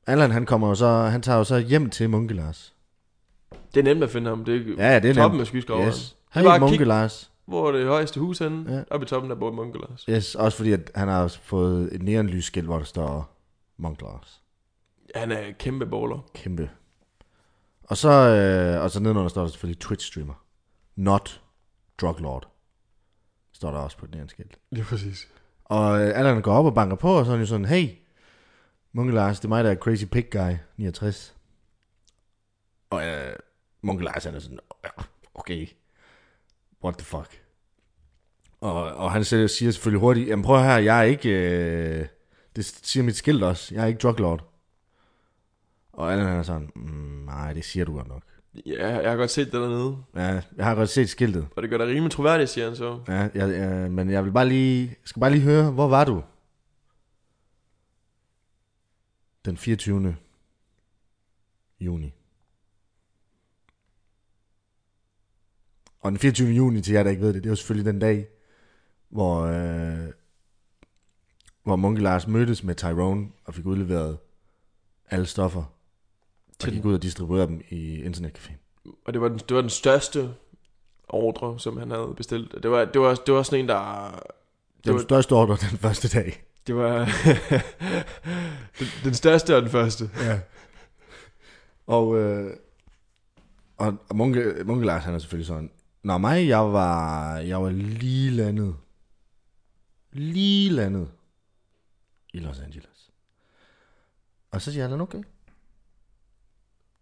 Speaker 2: Allan, han kommer jo så, han tager jo så hjem til Munke Lars.
Speaker 1: Det er nemt at finde ham. Det er
Speaker 2: Ja, ja, det er
Speaker 1: toppen
Speaker 2: nemt.
Speaker 1: af skyskoveren.
Speaker 2: Yes.
Speaker 1: er bare
Speaker 2: Hey,
Speaker 1: at
Speaker 2: Munke
Speaker 1: kigge-
Speaker 2: Lars.
Speaker 1: Hvor er det højeste hus henne?
Speaker 2: Ja.
Speaker 1: Ja. Oppe i toppen, der bor Munke Lars.
Speaker 2: Yes, også fordi at han har fået et neonlysskilt, hvor der står Munke Lars.
Speaker 1: Han er en kæmpe baller.
Speaker 2: Kæmpe. Og så, øh, og så nedenunder står der selvfølgelig Twitch-streamer. Not Drug Lord. Står der også på et neonskilt.
Speaker 1: Lige præcis.
Speaker 2: Og øh, Allan går op og banker på, og så er han jo sådan, hey, Munke Lars, det er mig, der er Crazy Pig Guy, 69. Og øh, Munke Lars, han er sådan, "Ja, okay, what the fuck. Og, og han selv siger selvfølgelig hurtigt, jamen prøv her, jeg er ikke, øh, det siger mit skilt også, jeg er ikke drug lord. Og Allan han er sådan, mm, nej, det siger du godt nok.
Speaker 1: Ja, jeg har godt set det dernede.
Speaker 2: Ja, jeg har godt set skiltet.
Speaker 1: Og det gør dig rimelig troværdigt, siger han så.
Speaker 2: Ja, jeg, jeg, men jeg vil bare lige, skal bare lige høre, hvor var du? Den 24. juni. Og den 24. juni, til jer der ikke ved det, det er jo selvfølgelig den dag, hvor, øh, hvor Munke Lars mødtes med Tyrone og fik udleveret alle stoffer. Og
Speaker 1: Til-
Speaker 2: gik ud og distribuerede dem i internetcaféen.
Speaker 1: Og det var den, det var den største ordre, som han havde bestilt. Og Det var, det var, det var sådan en, der...
Speaker 2: Det var
Speaker 1: var-
Speaker 2: den største ordre den første dag.
Speaker 1: Det var... den, den største og den første.
Speaker 2: Ja. Og, øh, og, og Munke, Munke Lars, han er selvfølgelig sådan, Nå mig, jeg var, jeg var lige landet. Lige landet. I Los Angeles. Og så siger han, okay.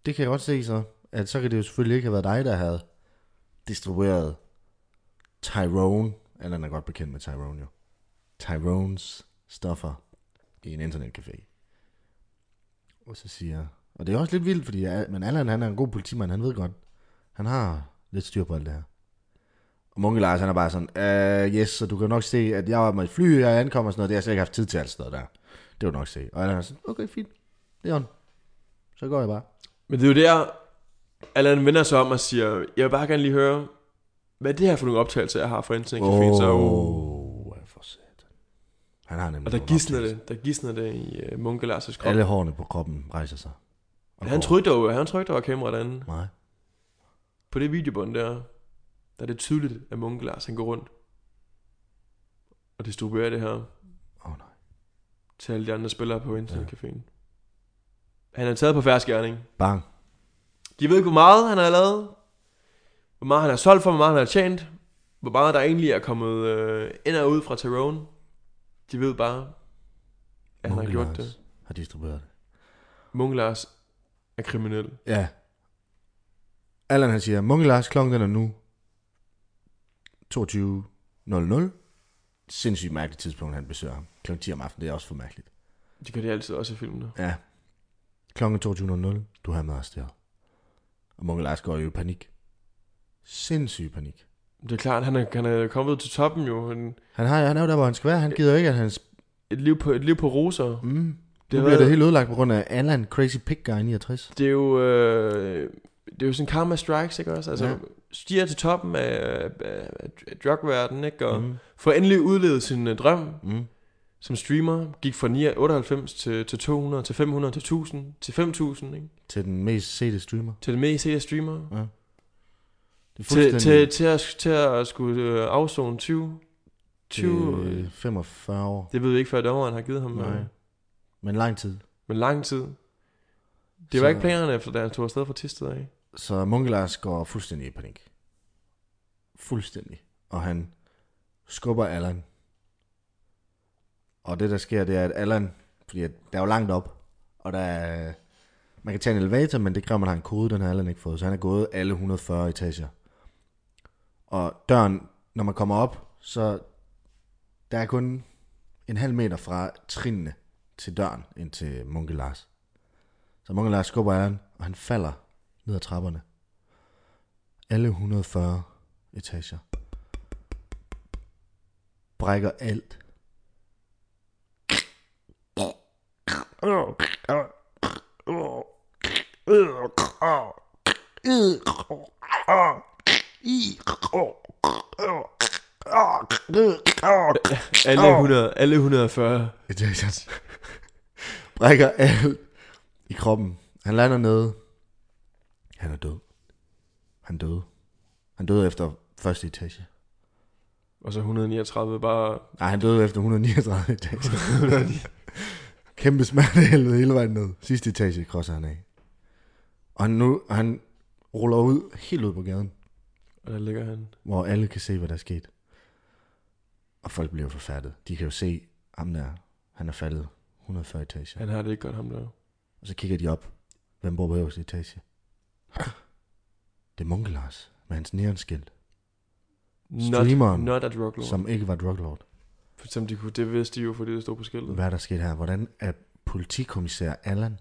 Speaker 2: Det kan jeg godt se så, at så kan det jo selvfølgelig ikke have været dig, der havde distribueret Tyrone, eller han er godt bekendt med Tyrone jo, Tyrones stoffer i en internetcafé. Og så siger Og det er også lidt vildt, fordi Al- men Allan, han er en god politimand, han ved godt. Han har lidt styr på alt det her. Og Munke Lars, han er bare sådan, øh, yes, så du kan nok se, at jeg var med et fly, jeg ankommer og sådan noget, det har jeg slet ikke haft tid til alt sådan noget der. Det vil du nok se. Og Allan er sådan, okay, fint, det er on. Så går jeg bare.
Speaker 1: Men det er jo der, Allan vender sig om og siger, jeg vil bare gerne lige høre, hvad er det her for nogle optagelser, jeg har for internet Café? Oh. Så, uh,
Speaker 2: oh, for satan. Han har nemlig
Speaker 1: og der
Speaker 2: nogle
Speaker 1: gisner
Speaker 2: optagelser.
Speaker 1: det, der gisner det i uh, Munke Lars' krop.
Speaker 2: Alle hårene på kroppen rejser sig. Og
Speaker 1: han
Speaker 2: går.
Speaker 1: troede dog, han troede, der var kamera derinde.
Speaker 2: Nej.
Speaker 1: På det videobånd der, der er det tydeligt, at Munke Lars, han går rundt og distribuerer det her.
Speaker 2: Åh oh, nej.
Speaker 1: til alle de andre spillere på internetcaféen. Ja. Han er taget på færdsgerning.
Speaker 2: Bang.
Speaker 1: De ved ikke, hvor meget han har lavet, hvor meget han har solgt for, hvor meget han har tjent, hvor meget der egentlig er kommet øh, ind og ud fra Tyrone. De ved bare, at han har
Speaker 2: Munke
Speaker 1: gjort
Speaker 2: Lars
Speaker 1: det.
Speaker 2: Har distribueret det.
Speaker 1: Munke Lars er kriminel.
Speaker 2: Ja. Allan han siger, Munke Lars, klokken den er nu 22.00. Sindssygt mærkeligt tidspunkt, han besøger ham. Klokken 10 om aftenen, det er også for mærkeligt.
Speaker 1: De gør det altid også i filmene.
Speaker 2: Ja. Klokken 22.00, du har med os der. Og Munke Lars går jo i panik. Sindssyg panik.
Speaker 1: Det er klart, han er, han er kommet til toppen jo. En,
Speaker 2: Han, har, han er jo der, hvor han skal være. Han gider jo ikke, at hans...
Speaker 1: et, liv på, et liv på roser.
Speaker 2: Mm, det
Speaker 1: Det
Speaker 2: nu
Speaker 1: har
Speaker 2: bliver det
Speaker 1: været,
Speaker 2: helt ødelagt på grund af Allan Crazy Pig Guy 69.
Speaker 1: det er jo... Øh, det er jo sådan karma strikes, ikke også? Altså,
Speaker 2: Ja.
Speaker 1: ja. stiger til toppen af, af, af, af drugverdenen, ikke? Og mm.
Speaker 2: Mm,
Speaker 1: får endelig udlevet sin øh, drøm
Speaker 2: mm.
Speaker 1: som streamer. Gik fra 9 98 til, til 200, til 500, til 1000, til 5000, ikke?
Speaker 2: Til den mest sete streamer.
Speaker 1: Til det mest sete streamer.
Speaker 2: Ja.
Speaker 1: Til,
Speaker 2: Det er fuldstændig...
Speaker 1: til, til, at, til at skulle øh, afzone 20. 20... Øh,
Speaker 2: til 45 år.
Speaker 1: det ved vi ikke, før dommeren har givet ham.
Speaker 2: Nej.
Speaker 1: øh,
Speaker 2: Men lang tid.
Speaker 1: Men lang tid. Det var ikke planerne, efter da han tog afsted fra Tisted af.
Speaker 2: Så Munke Lars går fuldstændig i panik. Fuldstændig. Og han skubber Allan. Og det, der sker, det er, at Allan... Fordi at der er jo langt op, og der er... Man kan tage en elevator, men det kræver, man har en kode, den har Allan ikke fået. Så han er gået alle 140 etager. Og døren, når man kommer op, så der er kun en halv meter fra trinene til døren ind til Munke Lars. Så Munke Lars skubber Allan, og han falder ned ad trapperne. Alle 140 etager. Brækker alt.
Speaker 1: Alle, 100, alle 140.
Speaker 2: Etagers. Brækker alt i kroppen. Han lander nede. Han er død. Han døde. Han døde efter første etage.
Speaker 1: Og så 139 bare...
Speaker 2: Nej, han døde efter 139 etager. Kæmpe smertehelvede hele vejen ned. Sidste etage krosser han af. Og han, nu, og han ruller ud helt ud på gaden,
Speaker 1: Og der ligger han.
Speaker 2: hvor alle kan se, hvad der er sket. Og folk bliver forfærdet. De kan jo se ham der. Han er faldet 140 etager.
Speaker 1: Han har det ikke godt, ham der.
Speaker 2: Og så kigger de op. Hvem bor på øverste etage? Det er Munke Lars med hans neonskilt, Streameren,
Speaker 1: Not, not a drug lord. Som,
Speaker 2: som ikke var druglord.
Speaker 1: For eksempel, de kunne, det vidste de jo, fordi det stod på skiltet.
Speaker 2: Hvad er der sket her? Hvordan er politikommissær Allan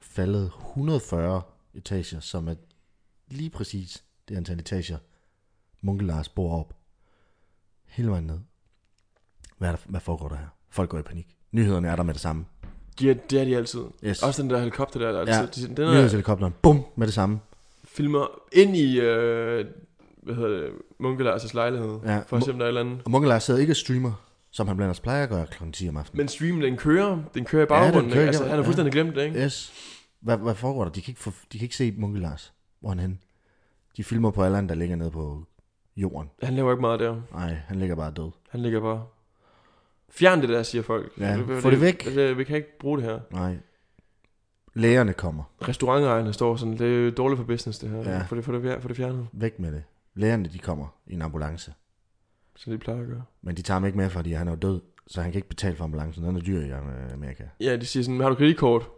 Speaker 2: faldet 140 etager, som er lige præcis det antal etager, Munke Lars bor op. Hele vejen ned. Hvad, er der, hvad foregår der her? Folk går i panik. Nyhederne er der med det samme.
Speaker 1: De er, det er de altid.
Speaker 2: Yes.
Speaker 1: Også den der helikopter der, der
Speaker 2: Ja.
Speaker 1: ja. altid, den der
Speaker 2: Nyhedshelikopteren. Bum! Med det samme.
Speaker 1: filmer ind i, øh, hvad hedder det, Munkelars lejlighed,
Speaker 2: Ja.
Speaker 1: ja. for at se, om der er et eller andet.
Speaker 2: Og Munke Lars sidder ikke og streamer, som han blandt andet plejer at gøre kl. 10 om aftenen.
Speaker 1: Men streamen, den kører, den kører i baggrunden, ja,
Speaker 2: kører
Speaker 1: kører, altså,
Speaker 2: igennem,
Speaker 1: han har
Speaker 2: ja.
Speaker 1: fuldstændig glemt det, ikke?
Speaker 2: Yes. Hvad, hvad foregår der? De kan ikke, få, de kan ikke se Munke Lars. Hvor er han henne? De filmer på Allan, der ligger nede på jorden.
Speaker 1: Han laver ikke meget der.
Speaker 2: Nej, han ligger bare død.
Speaker 1: Han ligger bare... Fjern det der, siger folk.
Speaker 2: Ja,
Speaker 1: Det-
Speaker 2: få det væk.
Speaker 1: det- Vi kan ikke bruge det her.
Speaker 2: Nej. Lægerne kommer.
Speaker 1: Restaurantejerne står sådan, det er dårligt for business det her.
Speaker 2: Ja.
Speaker 1: Ja. For, det, for, det, for det fjernet,
Speaker 2: Væk med det. Lægerne, de kommer i en ambulance.
Speaker 1: som de plejer at gøre.
Speaker 2: Men de tager ham ikke med, fordi han er jo død. Så han kan ikke betale for ambulancen. Den er dyr i øh, Amerika.
Speaker 1: Ja, de siger sådan, har du kreditkort?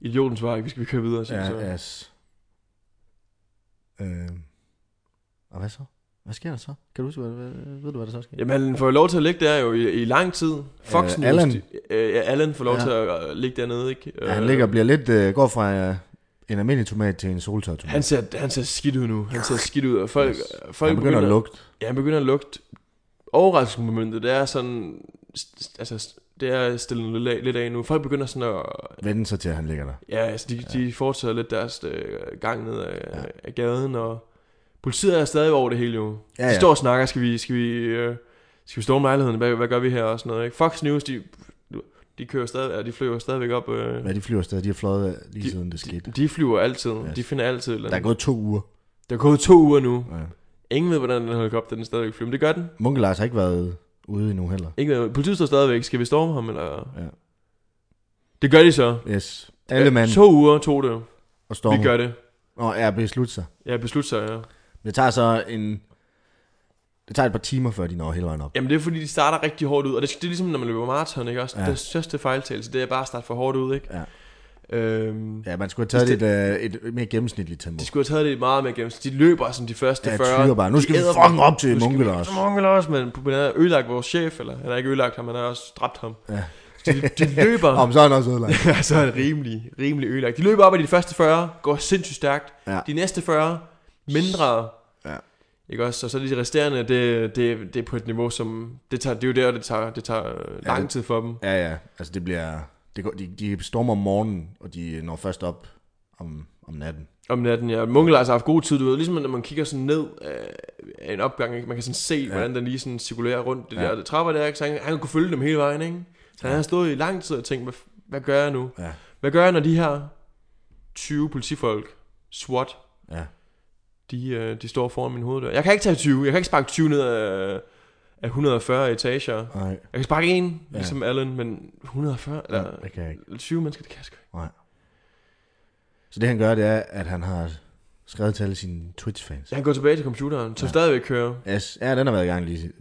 Speaker 1: Idioten svarer ikke, vi skal vi køre videre. siger de så.
Speaker 2: Ja, yes. Øh. Og hvad så? Hvad sker der så? Kan du huske, hvad, hvad, ved du, hvad der så sker?
Speaker 1: Jamen, han får jo lov til at ligge der jo i, i lang tid. Fox
Speaker 2: Øh,
Speaker 1: News...
Speaker 2: Allen.
Speaker 1: Øh, ja, Allen får lov
Speaker 2: Ja.
Speaker 1: ja. til at øh, ligge dernede, ikke?
Speaker 2: Ja, han ligger og bliver lidt, øh, går fra øh, en almindelig tomat til en soltørtomat.
Speaker 1: Øh, Han ser, han ser skidt ud nu. Han ser skidt ud, og folk,
Speaker 2: Yes.
Speaker 1: folk
Speaker 2: han begynder at lugte.
Speaker 1: Ja, han begynder at lugte. Overraskelsesmomentet, det er sådan... st- st- Altså, st- det er stillet lidt af, lidt af nu. Folk begynder sådan at...
Speaker 2: Vende sig til, at han ligger der.
Speaker 1: Ja, altså, de, ja. de fortsætter lidt deres øh, gang ned ad, ja. ad gaden, og politiet er stadig over det hele jo.
Speaker 2: Ja,
Speaker 1: Ja, ja.
Speaker 2: ja.
Speaker 1: De står og snakker, skal vi, skal vi, øh, skal vi storme lejligheden, hvad, hvad gør vi her og sådan noget, ikke? Fox News, de, de kører stadig, ja, de flyver stadigvæk op. Øh,
Speaker 2: Hvad de flyver stadig. De har fløjet øh, lige de,
Speaker 1: De-
Speaker 2: siden det skete.
Speaker 1: de flyver altid,
Speaker 2: Yes.
Speaker 1: yes. de finder altid et eller
Speaker 2: Der er
Speaker 1: andet.
Speaker 2: gået to uger.
Speaker 1: Der er gået to uger nu.
Speaker 2: Ja.
Speaker 1: Ingen ved, hvordan den helikopter den stadigvæk flyver, men det gør den.
Speaker 2: Munke Lars har ikke været ude endnu heller.
Speaker 1: Ikke, politiet står stadigvæk, skal vi storme ham, eller?
Speaker 2: Ja.
Speaker 1: Det gør de så.
Speaker 2: Yes. Alle
Speaker 1: Øh,
Speaker 2: mand
Speaker 1: To uger tog det.
Speaker 2: og
Speaker 1: Vi
Speaker 2: stormer.
Speaker 1: gør det.
Speaker 2: Og er besluttet sig.
Speaker 1: Ja, beslut sig, ja.
Speaker 2: Det tager så en... Det tager et par timer, før de når hele vejen op.
Speaker 1: Jamen det er fordi, de starter rigtig hårdt ud, og det, det er ligesom, når man løber maraton, ikke også?
Speaker 2: Ja.
Speaker 1: Ja. Den største fejltagelse, det er bare at starte for hårdt ud, ikke?
Speaker 2: Ja.
Speaker 1: Øhm,
Speaker 2: Ja, man skulle have taget et, øh, et mere gennemsnitligt tempo.
Speaker 1: de skulle have taget det meget mere igennem. så De løber sådan de første
Speaker 2: Ja,
Speaker 1: 40.
Speaker 2: tyrer bare. Nu
Speaker 1: De
Speaker 2: skal vi
Speaker 1: æder
Speaker 2: fucking
Speaker 1: bare.
Speaker 2: op til
Speaker 1: Nu skal vi-
Speaker 2: Munkelars.
Speaker 1: til Munkelars, men man har ødelagt vores chef, eller han har ikke ødelagt ham, han har også dræbt ham.
Speaker 2: Ja.
Speaker 1: Så de, de løber...
Speaker 2: Om så er han også ødelagt.
Speaker 1: Ja, så er det Altså, rimelig, rimelig ødelagt. De løber op af de første 40, går sindssygt stærkt.
Speaker 2: Ja.
Speaker 1: De næste 40, mindre.
Speaker 2: Ja.
Speaker 1: Ikke også? Og så de resterende, det, det, det er på et niveau, som... Det, tager, det er jo der, det tager, det tager øh, lang
Speaker 2: det-
Speaker 1: tid for dem.
Speaker 2: Ja, ja. Altså, det bliver... Det går, de, de stormer om morgenen, og de når først op om, om natten.
Speaker 1: Om natten, ja. Munkel har altså haft god tid, du ved. Ligesom når man kigger sådan ned øh, af en opgang, ikke? man kan sådan se, ja. hvordan den lige sådan cirkulerer rundt det
Speaker 2: Ja.
Speaker 1: ja. der trapper der. Ikke? Så han, han kunne følge dem hele vejen, ikke? Så han har stået i lang tid og tænkt, hvad, f- hvad gør jeg nu?
Speaker 2: Ja.
Speaker 1: Hvad gør jeg, når de her 20 politifolk, SWAT,
Speaker 2: Ja.
Speaker 1: de, øh, de står foran min hoveddør. Jeg kan ikke tage 20. Jeg kan ikke sparke 20 ned af, af 140 etager. Jeg
Speaker 2: Nej.
Speaker 1: kan sparke en,
Speaker 2: Ja.
Speaker 1: ja. ligesom Allen, men 140
Speaker 2: Ja,
Speaker 1: eller
Speaker 2: det kan jeg ikke.
Speaker 1: 20 mennesker, det kan jeg sgu ikke.
Speaker 2: Så det han gør, det er, at han har skrevet til alle sine Twitch-fans.
Speaker 1: Så han går tilbage til computeren, som
Speaker 2: Ja.
Speaker 1: ja. stadigvæk kører.
Speaker 2: Yes. Ja, den har været i gang lige.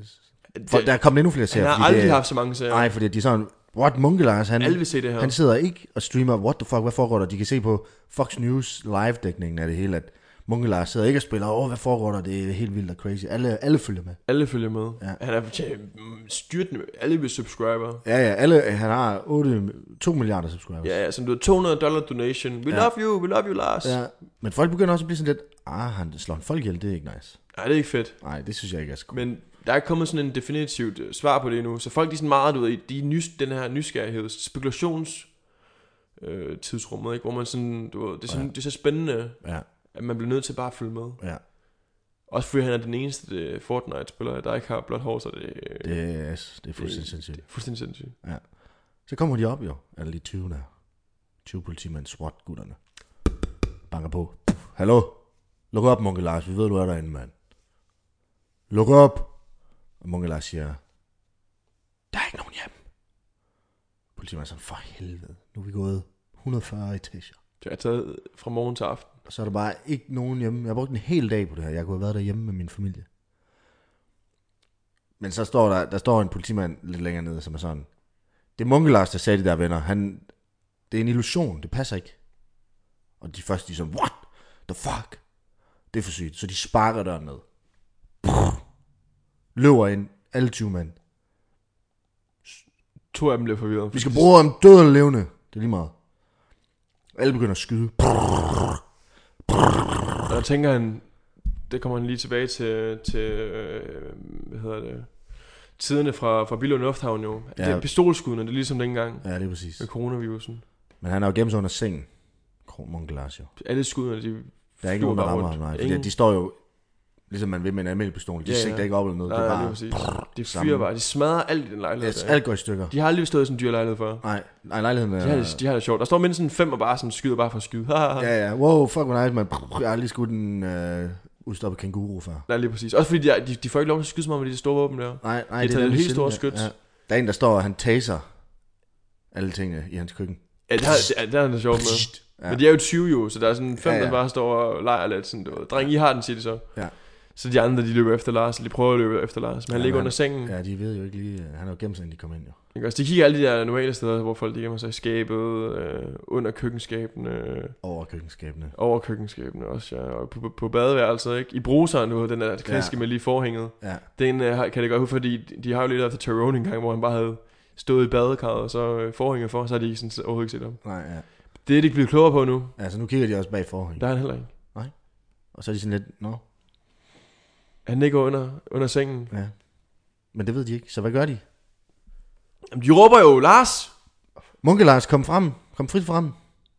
Speaker 2: For,
Speaker 1: Det,
Speaker 2: der er kommet endnu flere serier.
Speaker 1: han har
Speaker 2: fordi
Speaker 1: aldrig
Speaker 2: det,
Speaker 1: haft så mange sager.
Speaker 2: Nej, fordi de er sådan, what, Munke Lars, han,
Speaker 1: Alle vil se det her.
Speaker 2: han sidder ikke og streamer, what the fuck, hvad foregår der? De kan se på Fox News live-dækningen af det hele, at Munke Lars sidder ikke og spiller, åh, oh, hvad foregår der? Det er helt vildt og crazy. Alle, alle følger med.
Speaker 1: Alle følger med.
Speaker 2: Ja.
Speaker 1: Ja. Han er tja, mm, styrtende. Alle vil subscriber.
Speaker 2: Ja, ja, alle, øh, han har 8, 2 milliarder subscribers.
Speaker 1: Ja, ja, som du ved, 200 dollar donation. We
Speaker 2: Ja.
Speaker 1: love you, we love you, Lars. Ja.
Speaker 2: Ja, men folk begynder også at blive sådan lidt, ah, han slår en folk ihjel, det er ikke nice.
Speaker 1: Nej, det er ikke fedt.
Speaker 2: Nej, det synes jeg ikke er så cool.
Speaker 1: Men der er ikke kommet sådan en definitivt øh, svar på det endnu. Så folk de er sådan meget, du ved, de er nys, den her nysgerrighed, spekulations øh, tidsrummet, ikke? hvor man sådan, du ved, det, er sådan, det er så spændende,
Speaker 2: Ja,
Speaker 1: at man bliver nødt til bare at følge med.
Speaker 2: ja,
Speaker 1: Også fordi han er den eneste øh, Fortnite-spiller, der ikke har blåt hår, så det, det,
Speaker 2: det er, det er fuldstændig sindssygt.
Speaker 1: det er fuldstændig sindssygt.
Speaker 2: Så kommer de op jo, alle de 20 der. 20 politimænd, SWAT-gutterne. Banker på. Puff. Hallo? Luk op, Munke Lars. Vi ved, du er derinde, mand. Luk op! Og Munke Lars siger, der er ikke nogen hjem. Politimanden er sådan, for helvede, nu er vi gået 140 etager.
Speaker 1: Det er taget fra morgen til aften.
Speaker 2: Og så er der bare ikke nogen hjemme. Jeg har brugt en hel dag på det her. Jeg kunne have været derhjemme med min familie. Men så står der, der står en politimand lidt længere nede, som er sådan. Det er Munke Lars, der sagde de der venner. Han, det er en illusion. Det passer ikke. Og de første, de er sådan, what the fuck? Det er for sygt. Så de sparker døren ned. Brrr. Løber ind. Alle 20 mand.
Speaker 1: To af dem blev forvirret.
Speaker 2: Vi skal bruge ham død eller levende. Det er lige meget. Alle begynder at skyde. Brrr.
Speaker 1: Og der tænker han, det kommer han lige tilbage til, til øh, hvad hedder det, tiderne fra, fra Billund Lufthavn jo.
Speaker 2: Ja.
Speaker 1: Ja. Det er pistolskuddene, det er ligesom dengang
Speaker 2: Ja, det er præcis.
Speaker 1: med coronavirusen.
Speaker 2: Men han er jo gemt sig under sengen. Kron Munke Lars jo.
Speaker 1: Alle skuddene, de
Speaker 2: Der er ikke
Speaker 1: flyver
Speaker 2: nogen, der
Speaker 1: bare
Speaker 2: rammer ham,
Speaker 1: rundt.
Speaker 2: nej. Fordi
Speaker 1: Ingen-
Speaker 2: de står jo, ligesom man vil med en almindelig pistol. De ja,
Speaker 1: Ja, ja.
Speaker 2: sigter ikke op eller noget.
Speaker 1: Nej,
Speaker 2: det er
Speaker 1: nej,
Speaker 2: bare,
Speaker 1: lige præcis. De
Speaker 2: samme.
Speaker 1: fyrer bare, de smadrer alt i den lejlighed.
Speaker 2: yes,
Speaker 1: der,
Speaker 2: alt går i stykker.
Speaker 1: ikke? De har aldrig stået i sådan en dyr lejlighed før.
Speaker 2: Nej, nej, lejligheden er...
Speaker 1: De har, det, de har det sjovt. Der står mindst sådan fem og bare sådan skyder bare for at skyde. ja.
Speaker 2: Ja, ja. Wow, fuck, hvor nice, man. Jeg har aldrig skudt en øh, udstoppet kænguru før.
Speaker 1: Nej, lige præcis. Også fordi de, er- de, de får ikke lov til at skyde så meget med de store våben der.
Speaker 2: Nej,
Speaker 1: De
Speaker 2: nej,
Speaker 1: tager
Speaker 2: den
Speaker 1: helt
Speaker 2: sjældne-
Speaker 1: store skyts.
Speaker 2: Der er en, der står, og han taser alle tingene i hans køkken.
Speaker 1: Ja, det, har, det, er- det er han det sjovt med.
Speaker 2: Ja.
Speaker 1: Ja. Men de er jo 20 jo, så der er sådan fem, ja,
Speaker 2: Ja, ja.
Speaker 1: ja. der bare står og leger lidt sådan noget. Dreng, I har den, siger de så.
Speaker 2: Ja.
Speaker 1: Så de andre, de løber efter Lars, de prøver at løbe efter Lars, men han
Speaker 2: Ja,
Speaker 1: ja, ligger
Speaker 2: men-
Speaker 1: under sengen. Ja.
Speaker 2: Ja, de ved jo ikke lige... øh, Han er jo gemt sig, inden de kom ind, jo.
Speaker 1: De kigger alle de der normale steder, hvor folk ligger med sig i skabet, øh, under køkkenskabene, øh,
Speaker 2: Over køkkenskabene.
Speaker 1: over køkkenskabene også, ja, og på, på badeværelset, ikke? I bruseren, du ved, den der klassiske
Speaker 2: Ja.
Speaker 1: ja. med lige forhænget.
Speaker 2: Ja,
Speaker 1: Den øh, har- kan det godt huske, fordi de har jo lidt efter Tyrone en gang, hvor han bare havde stået i badekarret, og så øh, forhænget for, så har de ikke sådan overhovedet ikke set ham.
Speaker 2: nej, ja.
Speaker 1: Det er de ikke blevet klogere på nu.
Speaker 2: Ja, så nu kigger de også bag forhængen.
Speaker 1: Der er han heller ikke.
Speaker 2: Og så er de sådan lidt... Nå,
Speaker 1: Han ligger under, under sengen.
Speaker 2: ja. Men det ved de ikke, så hvad gør de?
Speaker 1: Jamen, de råber jo, Lars!
Speaker 2: Munke Lars, kom frem. Kom frit frem.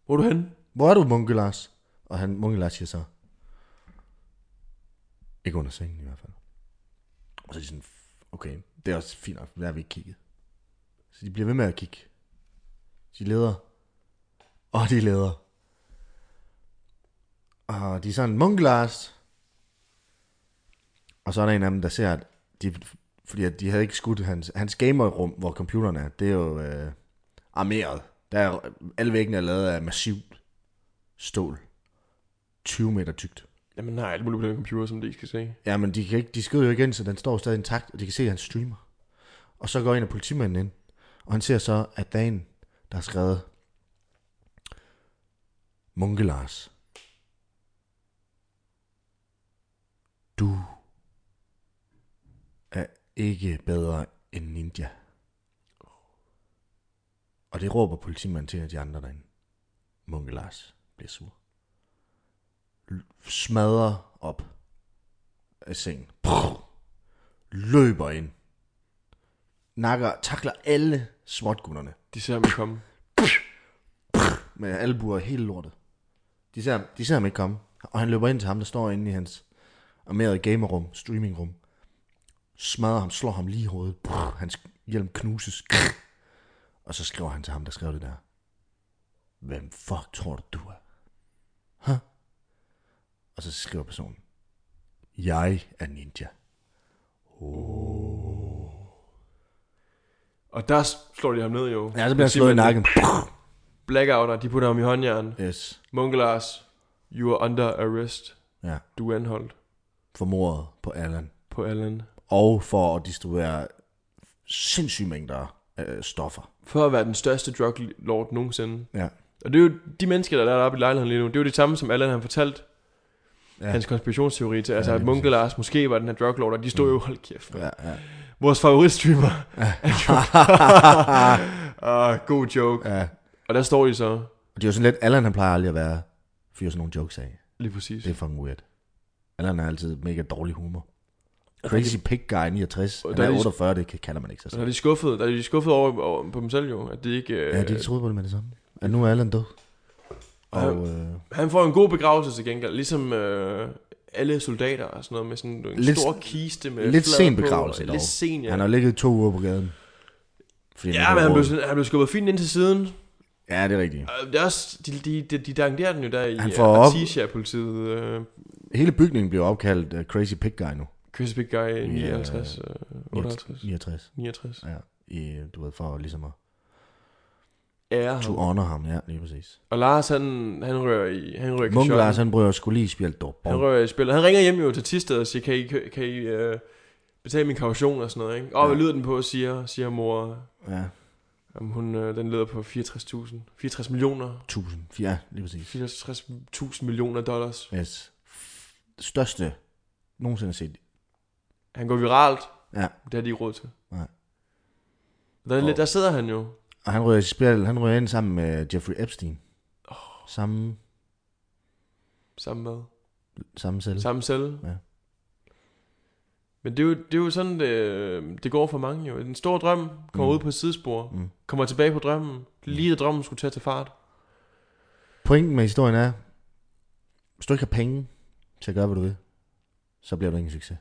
Speaker 1: Hvor er du henne?
Speaker 2: Hvor er du, Munke Lars? Og han, Munke Lars siger så, ikke under sengen i hvert fald. Og så er de sådan, okay, det er også fint nok, der har vi ikke kigget. Så de bliver ved med at kigge. De leder. Og de leder. Og de er sådan, Munke Lars. Og så er der en af dem, der ser, at de, fordi at de havde ikke skudt hans, hans gamerrum, hvor computeren er, det er jo øh, armeret. Der er, alle væggene er lavet af massivt stål. 20 meter tykt.
Speaker 1: Jamen nej, alt muligt på den computer, som de ikke skal se.
Speaker 2: Ja, men de, kan ikke, de skyder jo igen, så den står stadig intakt, og de kan se, at han streamer. Og så går en af politimanden ind, og han ser så, at der er en, der har skrevet, Munke Lars. Du er ikke bedre end ninja. Og det råber politimanden til at de andre derinde. Munke Lars bliver sur. L- smadrer op af sengen. Prr. Løber ind. Nakker, takler alle småtgutterne
Speaker 1: De ser mig komme.
Speaker 2: med albuer og hele lortet. De ser, de ser ham ikke komme. Og han løber ind til ham, der står inde i hans armerede gamerrum, streamingrum. Smadrer ham, slår ham lige i hovedet. Brrr, hans hjelm knuses. Krr. Og så skriver han til ham, der skrev det der. Hvem fuck tror du, du er? Huh? Og så skriver personen. Jeg er ninja.
Speaker 1: Og der slår de ham ned, jo.
Speaker 2: Ja, så bliver han slået i nakken.
Speaker 1: Blackouter, de putter ham i håndjern.
Speaker 2: Yes.
Speaker 1: Munkelars, you are under arrest.
Speaker 2: Ja.
Speaker 1: Du er anholdt
Speaker 2: For mordet på Allan.
Speaker 1: på Allen.
Speaker 2: Og for at distribuere sindssyge mængder øh, stoffer.
Speaker 1: For at være den største drug lord nogensinde.
Speaker 2: Ja.
Speaker 1: Og det er jo de mennesker, der er deroppe i lejligheden lige nu. Det er jo det samme, som Allan han fortalt
Speaker 2: Ja.
Speaker 1: ja. hans konspirationsteori til. Altså, ja,
Speaker 2: lige
Speaker 1: at Munke Lars måske var den her drug lord, og de stod mm. jo, hold kæft. Ja.
Speaker 2: Ja, ja.
Speaker 1: Vores favoritstreamer. Ja. uh, god joke.
Speaker 2: ja.
Speaker 1: Og der står de så,
Speaker 2: Og det er jo sådan lidt, Allan han plejer aldrig at være fyr sådan nogle jokes af.
Speaker 1: lige præcis.
Speaker 2: Det er fucking weird. Allan har altid mega dårlig humor. Crazy pig guy 69.
Speaker 1: Og
Speaker 2: Han
Speaker 1: der er
Speaker 2: er
Speaker 1: lige-
Speaker 2: 48, det kan- kalder man ikke sig
Speaker 1: Og der
Speaker 2: selv.
Speaker 1: er de skuffede, der er de skuffede over, over på dem selv jo, at de ikke... Øh,
Speaker 2: Ja, de har ikke troede på det med det samme. At nu er Allan død. Og øh,
Speaker 1: Han får en god begravelse til gengæld, ligesom øh, alle soldater og sådan noget, med sådan en
Speaker 2: Lidt-
Speaker 1: lidt, stor kiste med
Speaker 2: lidt
Speaker 1: flader
Speaker 2: sen
Speaker 1: på,
Speaker 2: begravelse
Speaker 1: og
Speaker 2: dog.
Speaker 1: Lidt sen, ja.
Speaker 2: han har ligget to uger på gaden. Fordi
Speaker 1: Ja, men han blev, sådan- han blev skubbet fint ind til siden.
Speaker 2: Ja, det er rigtigt.
Speaker 1: Og Det er også, de, de, de, de dangerer den jo der i
Speaker 2: Han
Speaker 1: han
Speaker 2: får op-
Speaker 1: politiet øh,
Speaker 2: Hele bygningen bliver opkaldt øh, Crazy Pig Guy nu.
Speaker 1: Crazy Big Guy 59, øh, 58,
Speaker 2: 69.
Speaker 1: 69.
Speaker 2: Ja, i, du ved, for ligesom at
Speaker 1: Ære
Speaker 2: to
Speaker 1: ham.
Speaker 2: honor ham. Ja, lige præcis.
Speaker 1: Og Lars, han, han rører i han rører i
Speaker 2: Munke Lars,
Speaker 1: kashotten.
Speaker 2: han bryder sgu lige spjældt dog.
Speaker 1: Han rører i spillet. Han ringer hjem jo til Tisted og siger, kan I, kan I øh, betale min kaution og sådan noget, ikke? Åh, hvad
Speaker 2: Ja.
Speaker 1: lyder den på, siger, siger mor.
Speaker 2: Ja,
Speaker 1: Jamen, hun, øh, den lyder på 64.000. 64 millioner.
Speaker 2: 1000. Ja, lige præcis.
Speaker 1: 64.000 millioner dollars.
Speaker 2: Yes. Største nogensinde set.
Speaker 1: Han går viralt.
Speaker 2: Ja.
Speaker 1: Det har de ikke råd til.
Speaker 2: Nej.
Speaker 1: Der, er
Speaker 2: Og-
Speaker 1: lidt, der sidder han jo.
Speaker 2: Og han rører, i spil, han rører ind sammen med Jeffrey Epstein. Oh. Samme,
Speaker 1: Samme med.
Speaker 2: samme celle.
Speaker 1: Samme celle.
Speaker 2: Ja.
Speaker 1: Men det er, jo, det er jo sådan, det, det går for mange jo. En stor drøm kommer
Speaker 2: Mm.
Speaker 1: mm. ud på et sidespor.
Speaker 2: Mm.
Speaker 1: Mm. Kommer tilbage på drømmen. Lige da drømmen skulle tage til fart.
Speaker 2: Pointen med historien er, hvis du ikke har penge til at gøre, hvad du vil, så bliver du ingen succes.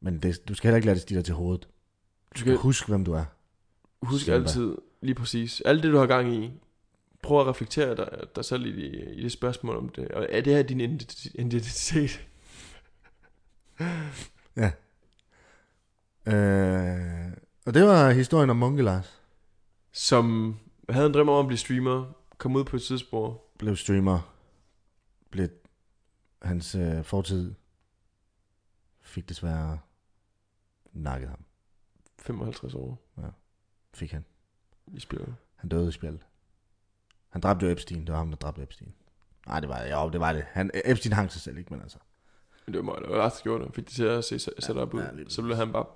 Speaker 2: Men det, du skal heller ikke lade det stige dig til hovedet.
Speaker 1: Du
Speaker 2: Du skal
Speaker 1: skal
Speaker 2: huske, hvem du er.
Speaker 1: huske
Speaker 2: Simba.
Speaker 1: altid, lige præcis, alt det du har gang i. Prøv at reflektere dig, dig selv i, det- i det spørgsmål om det. Og er det her din identi- identitet?
Speaker 2: Øh, og det var historien om Munke Lars.
Speaker 1: Som havde en drøm om at blive streamer, kom ud på et tidsspor.
Speaker 2: Blev streamer. Blev hans øh, fortid. Fik desværre nakket ham.
Speaker 1: 55 år
Speaker 2: Fik han.
Speaker 1: i spillet.
Speaker 2: Han døde i spjældet. Han dræbte jo Epstein. Det var ham, der dræbte Epstein. Nej, det var det. Jo, det var det. Han, Epstein hang sig selv, ikke? Men altså.
Speaker 1: Men Det var mig, der var Lars, der gjorde det. Fik det til at se sætte op ud.
Speaker 2: ja, lige
Speaker 1: så blev han bare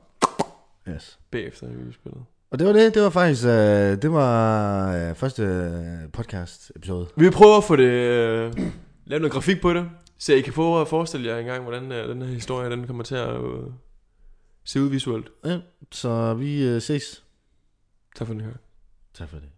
Speaker 2: Yes.
Speaker 1: bagefter i spillet.
Speaker 2: Og det var det. Det var faktisk... Øh, det var øh, første øh, podcast episode.
Speaker 1: Vi prøver at få det... Øh, lave noget grafik på det. Så I kan få at forestille jer engang, hvordan øh, den her historie den kommer til at øh, se ud visuelt.
Speaker 2: Ja, så vi øh, ses.
Speaker 1: Tak for den her.
Speaker 2: Tak for det.